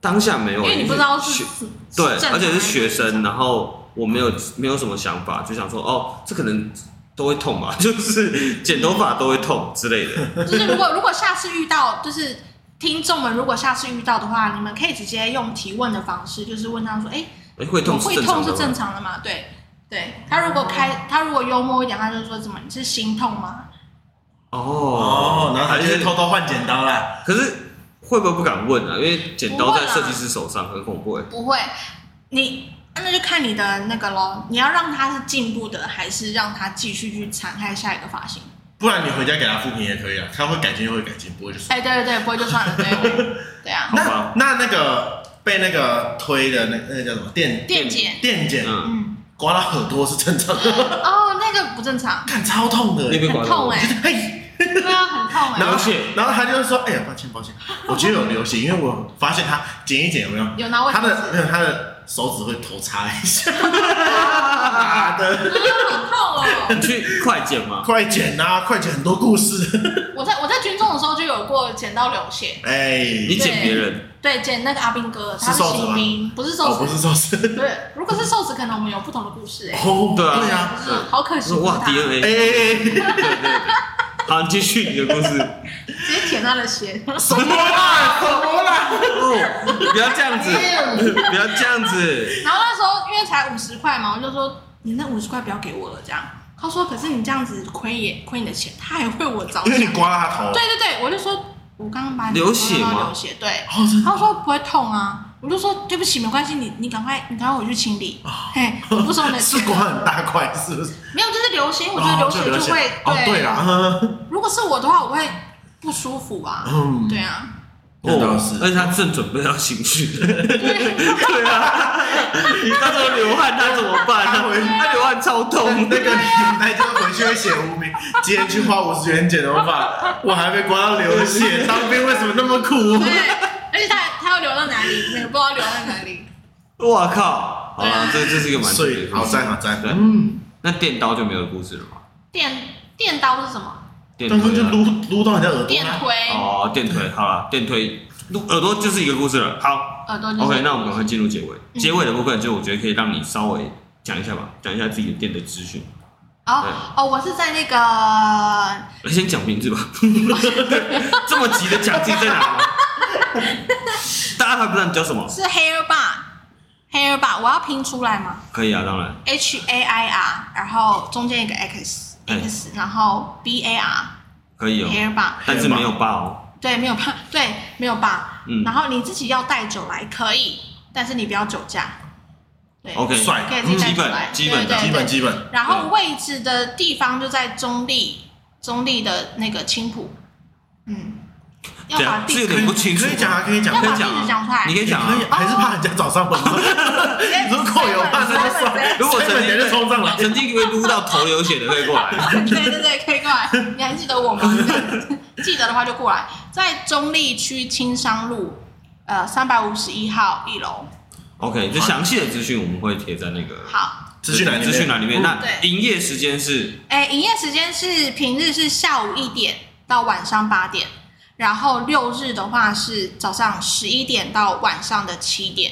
Speaker 3: 当下没有，
Speaker 5: 因为你不知道是
Speaker 3: 学
Speaker 5: 是
Speaker 3: 对，
Speaker 5: 正常
Speaker 3: 而且是学
Speaker 5: 还是
Speaker 3: 生，然后我没有没有什么想法，就想说哦，这可能都会痛吧， 就是剪头发都会痛之类的，
Speaker 4: 就是如果如果下次遇到，就是听众们如果下次遇到的话，你们可以直接用提问的方式，就是问他说，哎、
Speaker 3: 哎会痛是
Speaker 4: 会
Speaker 3: 正
Speaker 4: 痛
Speaker 3: 常
Speaker 4: 是
Speaker 3: 的
Speaker 4: 正
Speaker 3: 吗，
Speaker 4: 常的吗？对，对他如果
Speaker 2: 哦
Speaker 4: 开他如果幽默一点，他就说怎么你是心痛吗？
Speaker 3: 哦
Speaker 2: 哦，然后他就会偷偷换剪刀啦。
Speaker 3: 可是会不会不敢问啊？因为剪刀
Speaker 4: 不会
Speaker 3: 在
Speaker 4: 啦
Speaker 3: 设计师手上很恐怖哎。
Speaker 4: 不会，你那就看你的那个咯，你要让他是进步的，还是让他继续去残害下一个发型？
Speaker 2: 不然你回家给他复评也可以啊，他会改进就会改进，不会就算。
Speaker 4: 哎、对对对，不会就算了， 对对啊，
Speaker 3: 好
Speaker 2: 那
Speaker 3: 吧
Speaker 2: 那那个被那个推的那那个叫什么电
Speaker 4: 电剪，
Speaker 2: 电剪
Speaker 3: 嗯，
Speaker 4: 嗯，
Speaker 2: 刮到耳朵是正常的，
Speaker 4: 哦，那个不正常，
Speaker 2: 看超痛的
Speaker 3: 那，边
Speaker 4: 很
Speaker 3: 管
Speaker 4: 痛哎、
Speaker 2: 嘿。
Speaker 4: 对啊，很痛哎、
Speaker 2: 然 后
Speaker 3: 流血
Speaker 2: 然后他就说：“哎呀，抱歉抱歉，我觉得有流血，因为我发现他剪一剪有没有，
Speaker 4: 有拿卫
Speaker 2: 他
Speaker 4: 生
Speaker 2: 的没有他的手指会头插一下，妈的，
Speaker 4: 很痛哦。
Speaker 3: 你去快剪吗？
Speaker 2: 快剪啊，快剪，很多故事，
Speaker 4: 我在我在军中的时候就有过剪到流血，
Speaker 3: 你
Speaker 2: 哎，
Speaker 3: 剪别人，
Speaker 4: 对，剪那个阿兵哥，他
Speaker 2: 是瘦子
Speaker 4: 新
Speaker 2: 吗
Speaker 4: 兵，不是瘦
Speaker 2: 哦，
Speaker 4: 子，
Speaker 2: 不是寿司，
Speaker 4: 对，如果是瘦子，可能我们有不同的故事哎、
Speaker 2: 哦，
Speaker 3: 对啊
Speaker 2: 对啊，
Speaker 4: 就是好可惜，
Speaker 3: 说哇
Speaker 4: 不是他
Speaker 3: DNA，
Speaker 2: 哎
Speaker 3: 对
Speaker 2: 哎哎
Speaker 3: 对对。好，你继续你的故事。
Speaker 4: 直接舔他的鞋，
Speaker 2: 哎，什么啦，什么啦，
Speaker 3: 哦，不要这样子，不要这样子。
Speaker 4: 然后那时候因为才五十块嘛，我就说你那五十块不要给我了，这样。他说可是你这样子亏也亏你的钱，他还为我着
Speaker 2: 因
Speaker 4: 想
Speaker 2: 为。你刮了他头，
Speaker 4: 对对对，我就说我刚刚把你
Speaker 3: 流血吗
Speaker 4: 弄到流血，对。
Speaker 2: 哦，真的
Speaker 4: 他说不会痛啊，我就说对不起，没关系，你你赶快你赶快回去清理，嘿，我不收你的
Speaker 2: 啊 是
Speaker 4: 钱。
Speaker 2: 刮很大块，是不是？
Speaker 4: 没有，就是流血，我觉得流血
Speaker 2: 哦
Speaker 4: 就会、
Speaker 2: 哦，对啦， 嗯
Speaker 4: 如果是我的话，我会不舒服啊。
Speaker 2: 嗯，
Speaker 4: 对啊，
Speaker 2: 那倒是
Speaker 3: 哦而且他正准备要情绪了。对啊，你到时候流汗，他怎么办
Speaker 2: 他回
Speaker 3: 啊？他流汗超痛。
Speaker 2: 那个年代就回去会写无名，今天去花五十元剪头 发，我还被刮到流血，当兵为什么那么苦？
Speaker 4: 对，而且他他要流到哪里，也不知道流到哪里。
Speaker 3: 我靠！好了，这这是一个蛮
Speaker 2: 所以好赞好赞，
Speaker 3: 对
Speaker 2: 嗯，
Speaker 3: 那电刀就没有故事了吗？
Speaker 4: 电电刀是什么？
Speaker 3: 电
Speaker 2: 当
Speaker 3: 推
Speaker 2: 初就
Speaker 3: 啊
Speaker 2: 撸撸到人家耳朵
Speaker 4: 电
Speaker 2: 啦，
Speaker 4: 推，
Speaker 3: 哦，电推好了，电推耳朵就是一个故事了。好，
Speaker 4: 耳
Speaker 2: 嗯
Speaker 4: 朵就是
Speaker 3: OK，那我们赶快进入结尾。结尾的部分就我觉得可以让你稍微讲一下吧，讲一下自己的店的资讯。
Speaker 4: 哦哦，我是在那个
Speaker 3: 呃先讲名字吧， 这么急的讲自己在 哪吗？大家还不知道你叫什么？
Speaker 4: 是 hair bar hair bar，我要拼出来吗
Speaker 3: 可以啊，当然。
Speaker 4: ？H A I R，然后中间一个 X
Speaker 3: 哎
Speaker 4: X，然后 B A R
Speaker 3: 可以哦，
Speaker 4: hair bar，
Speaker 3: 但是没有爸哦。
Speaker 4: 对，没有吧，对，没有吧。
Speaker 3: 嗯
Speaker 4: 然后你自己要带酒来可以，但是你不要酒驾。对
Speaker 3: OK，
Speaker 2: 帅
Speaker 4: 可以自己带
Speaker 3: 基
Speaker 4: 酒
Speaker 3: 本
Speaker 4: 来，
Speaker 3: 嗯基本的
Speaker 4: 对对
Speaker 2: 基
Speaker 4: 对
Speaker 2: 本基本，
Speaker 4: 然后位置的地方就在中立，中立的那个青浦，嗯，
Speaker 3: 啊
Speaker 4: 要
Speaker 3: 这
Speaker 4: 把
Speaker 3: 样
Speaker 4: 地
Speaker 3: 是有
Speaker 4: 址
Speaker 3: 点不清楚
Speaker 2: 可以。讲啊，可以讲
Speaker 4: 要，
Speaker 3: 可
Speaker 4: 把
Speaker 3: 以
Speaker 4: 地
Speaker 3: 讲啊
Speaker 4: 址讲出来。
Speaker 3: 你可以讲啊哦
Speaker 2: 可以，。还是怕人家找上门吗？ 如果有怕那就算了，
Speaker 3: 如果曾
Speaker 2: 人
Speaker 3: 经
Speaker 2: 家就冲上来，
Speaker 3: 曾经被撸到头流血的，可以过 来。
Speaker 4: 对对对，可以过来。你还记得我吗？ 记得的话就过来，在中立区青商路，呃，三百五十一号一楼。
Speaker 3: OK，就详细的资讯我们会贴在那个
Speaker 4: 好，
Speaker 2: 资讯栏里面嗯
Speaker 3: 资讯栏里面。那
Speaker 4: 对
Speaker 3: 营业时间是
Speaker 4: 哎，营业时间是平日是下午一点到晚上八点，然后六日的话是早上十一点到晚上的七点。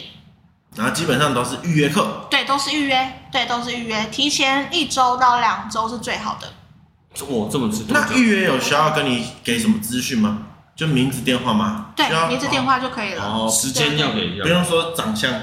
Speaker 2: 然后基本上都是预约课，
Speaker 4: 对，都是预约，对，都是预约，提前一周到两周是最好的。
Speaker 3: 我这么知道。
Speaker 2: 那预约有需要跟你给什么资讯吗？就名字电话吗？
Speaker 4: 对
Speaker 2: 需要，
Speaker 4: 名字电话就可以了。
Speaker 2: 哦，
Speaker 3: 时间要给
Speaker 2: 不
Speaker 3: 要，
Speaker 2: 用说长相，啊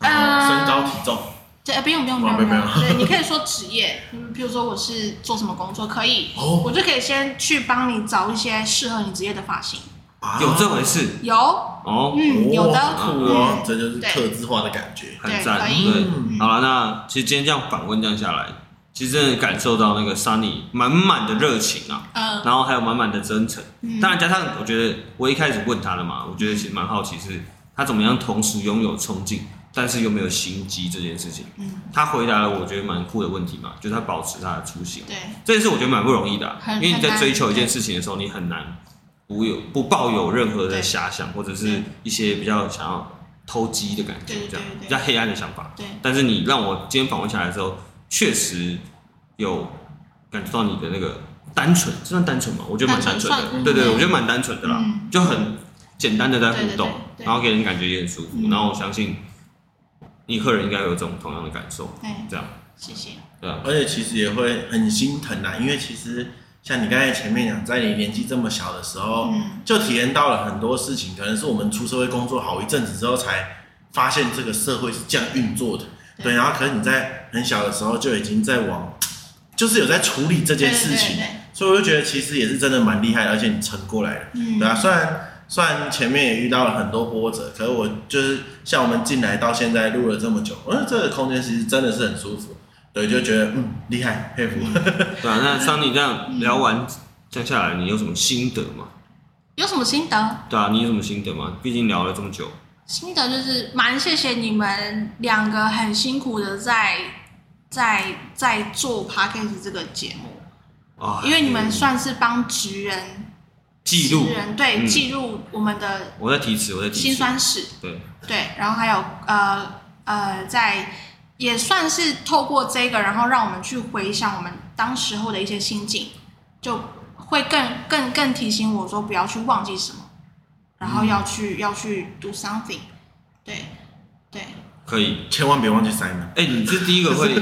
Speaker 4: 呃
Speaker 2: 身高体重，
Speaker 4: 对，哎不用不用不
Speaker 2: 哦
Speaker 4: 用不
Speaker 2: 没
Speaker 4: 用
Speaker 2: 有，
Speaker 4: 对，你可以说职业，嗯比如说我是做什么工作，可以，
Speaker 2: 哦
Speaker 4: 我就可以先去帮你找一些适合你职业的发型。
Speaker 2: 啊
Speaker 3: 有这回事
Speaker 4: 有，
Speaker 3: 哦，
Speaker 4: 嗯，有
Speaker 2: 哇
Speaker 4: 的，
Speaker 2: 好酷哦，这就是特制化的感觉。
Speaker 3: 很赞。
Speaker 4: 对可以
Speaker 3: 对，
Speaker 2: 嗯
Speaker 3: 好了，那其实今天这样访问这样下来，其实真的感受到那个 Sunny 满满的热情啊，
Speaker 4: 嗯，
Speaker 3: 然后还有满满的真诚。
Speaker 4: 嗯
Speaker 3: 当然加上我觉得我一开始问他的嘛，我觉得其实蛮好奇是他怎么样同时拥有冲劲，但是又没有心机这件事情。
Speaker 4: 嗯，
Speaker 3: 他回答了我觉得蛮酷的问题嘛，就是他保持他的初心。
Speaker 4: 对，
Speaker 3: 这件事我觉得蛮不容易的啊、
Speaker 4: 很
Speaker 3: 因为你
Speaker 4: 很
Speaker 3: 在
Speaker 4: 难
Speaker 3: 追求一件事情的时候，你很难不有不抱有任何的遐想，或者是一些比较想要偷鸡的感觉，
Speaker 4: 对
Speaker 3: 这样
Speaker 4: 对
Speaker 3: 比
Speaker 4: 对
Speaker 3: 较黑暗的想法。
Speaker 4: 对
Speaker 3: 但是你让我今天访问下来之后，确实有感觉到你的那个单纯，这算单纯吗？我觉得蛮单纯
Speaker 4: 单
Speaker 3: 的，
Speaker 4: 纯
Speaker 3: 对对，
Speaker 4: 嗯
Speaker 3: 我觉得蛮单纯的啦，
Speaker 4: 嗯
Speaker 3: 就很简单的在互动
Speaker 4: 对对对，对
Speaker 3: 然后给人感觉也很舒服，
Speaker 4: 嗯
Speaker 3: 然后我相信你客人应该有这种同样的感受，
Speaker 4: 对，
Speaker 3: 这样
Speaker 4: 谢谢。
Speaker 3: 对啊，
Speaker 2: 而且其实也会很心疼啊，因为其实像你刚才前面讲，在你年纪这么小的时候，
Speaker 4: 嗯
Speaker 2: 就体验到了很多事情，可能是我们出社会工作好一阵子之后，才发现这个社会是这样运作的。
Speaker 4: 对
Speaker 2: 对，然后可能你在很小的时候就已经在往，就是有在处理这
Speaker 4: 对
Speaker 2: 件
Speaker 4: 对
Speaker 2: 事情，
Speaker 4: 对，
Speaker 2: 所以我就觉得其实也是真的蛮厉害的，而且你撑过来了。
Speaker 4: 嗯
Speaker 2: 对啊，虽然虽然前面也遇到了很多波折，可是我就是像我们进来到现在录了这么久，嗯，这个空间其实真的是很舒服，对，就觉得嗯厉害，佩服。
Speaker 4: 嗯
Speaker 3: 对啊。那像你这样聊完，这样下来你有什么心得吗？
Speaker 4: 有什么心得？
Speaker 3: 对啊，你有什么心得吗？毕竟聊了这么久，
Speaker 4: 心得就是蛮谢谢你们两个很辛苦的在在在做 podcast 这个节目，
Speaker 3: 啊，
Speaker 4: 因为你们算是帮职人
Speaker 3: 记录
Speaker 4: 职，人对
Speaker 3: 嗯
Speaker 4: 记录我们的
Speaker 3: 我在提词，我在提
Speaker 4: 辛
Speaker 3: 词，
Speaker 4: 酸史，
Speaker 3: 对，
Speaker 4: 对，然后还有呃呃，在也算是透过这个，然后让我们去回想我们当时候的一些心境，就会更更更提醒我说不要去忘记什么，
Speaker 3: 嗯
Speaker 4: 然后要去、要去 do something，对对。
Speaker 3: 可以。
Speaker 2: 千万别忘记 Simon，
Speaker 3: 哎、你是第一个会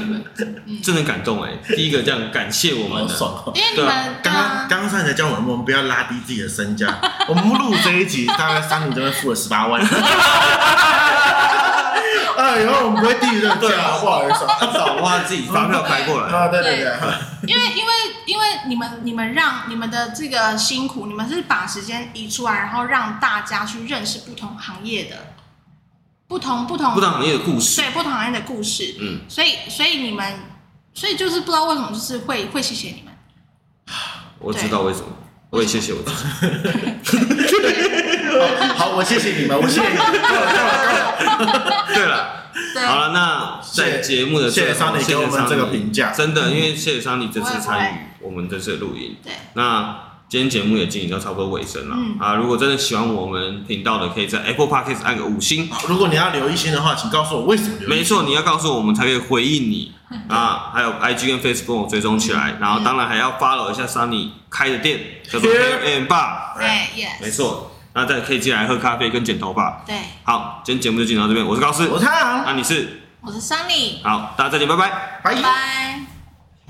Speaker 3: 真的感动哎、第一个这样感谢我
Speaker 2: 嗯好
Speaker 3: 们的，
Speaker 2: 爽哦！
Speaker 4: 因为你
Speaker 3: 啊
Speaker 4: 们呃
Speaker 2: 刚刚刚刚上才叫我们，我们不要拉低自己的身价。我们录这一集，大概三五这边付了十八万。 啊，以后我们不会低于这个价，不好意思啊。
Speaker 3: 找我自己发票开过来，
Speaker 2: 啊，对对对，
Speaker 4: 因为因为因为你们你们让你们的这个辛苦，你们是把时间移出来，然后让大家去认识不同行业的不同不同
Speaker 3: 不当行业的故事，
Speaker 4: 对不同行业的故事，
Speaker 3: 嗯，
Speaker 4: 所以所以你们所以就是不知道为什么就是会会谢谢你们，
Speaker 3: 我知道为什么，我也谢谢我 自己，
Speaker 2: 好，我谢谢你们，我谢谢你们，够了够了够了。
Speaker 3: 对了。
Speaker 4: 对，
Speaker 3: 好了，那在节目的
Speaker 2: 谢
Speaker 3: 最
Speaker 2: 谢
Speaker 3: 后
Speaker 2: 桑尼给我们这个评价
Speaker 3: 真的，因为谢谢桑尼这次参
Speaker 4: 不
Speaker 3: 与我们这次的录音。
Speaker 4: 对，
Speaker 3: 那今天节目也进行到差不多尾声了、
Speaker 4: 嗯
Speaker 3: 啊！如果真的喜欢我们频道的，可以在 Apple Podcast 按个五星。
Speaker 2: 如果你要留一星的话，请告诉我为什么留
Speaker 3: 没
Speaker 2: 一星。
Speaker 3: 错，你要告诉我们才可以回应 你啊！还有 IG 跟 Facebook 追踪起来，然后当然还要 follow 一下桑尼开的店叫做
Speaker 2: Here
Speaker 3: Hair and Bar，
Speaker 4: 对，yes，
Speaker 3: 没错。那再可以进来喝咖啡跟剪头发。
Speaker 4: 对，
Speaker 3: 好，今天节目就进行到这边，我是高斯，
Speaker 2: 我太阳，
Speaker 3: 那你是
Speaker 4: 我是 Sunny，
Speaker 3: 好，大家再见，拜拜。
Speaker 2: 拜
Speaker 4: 拜。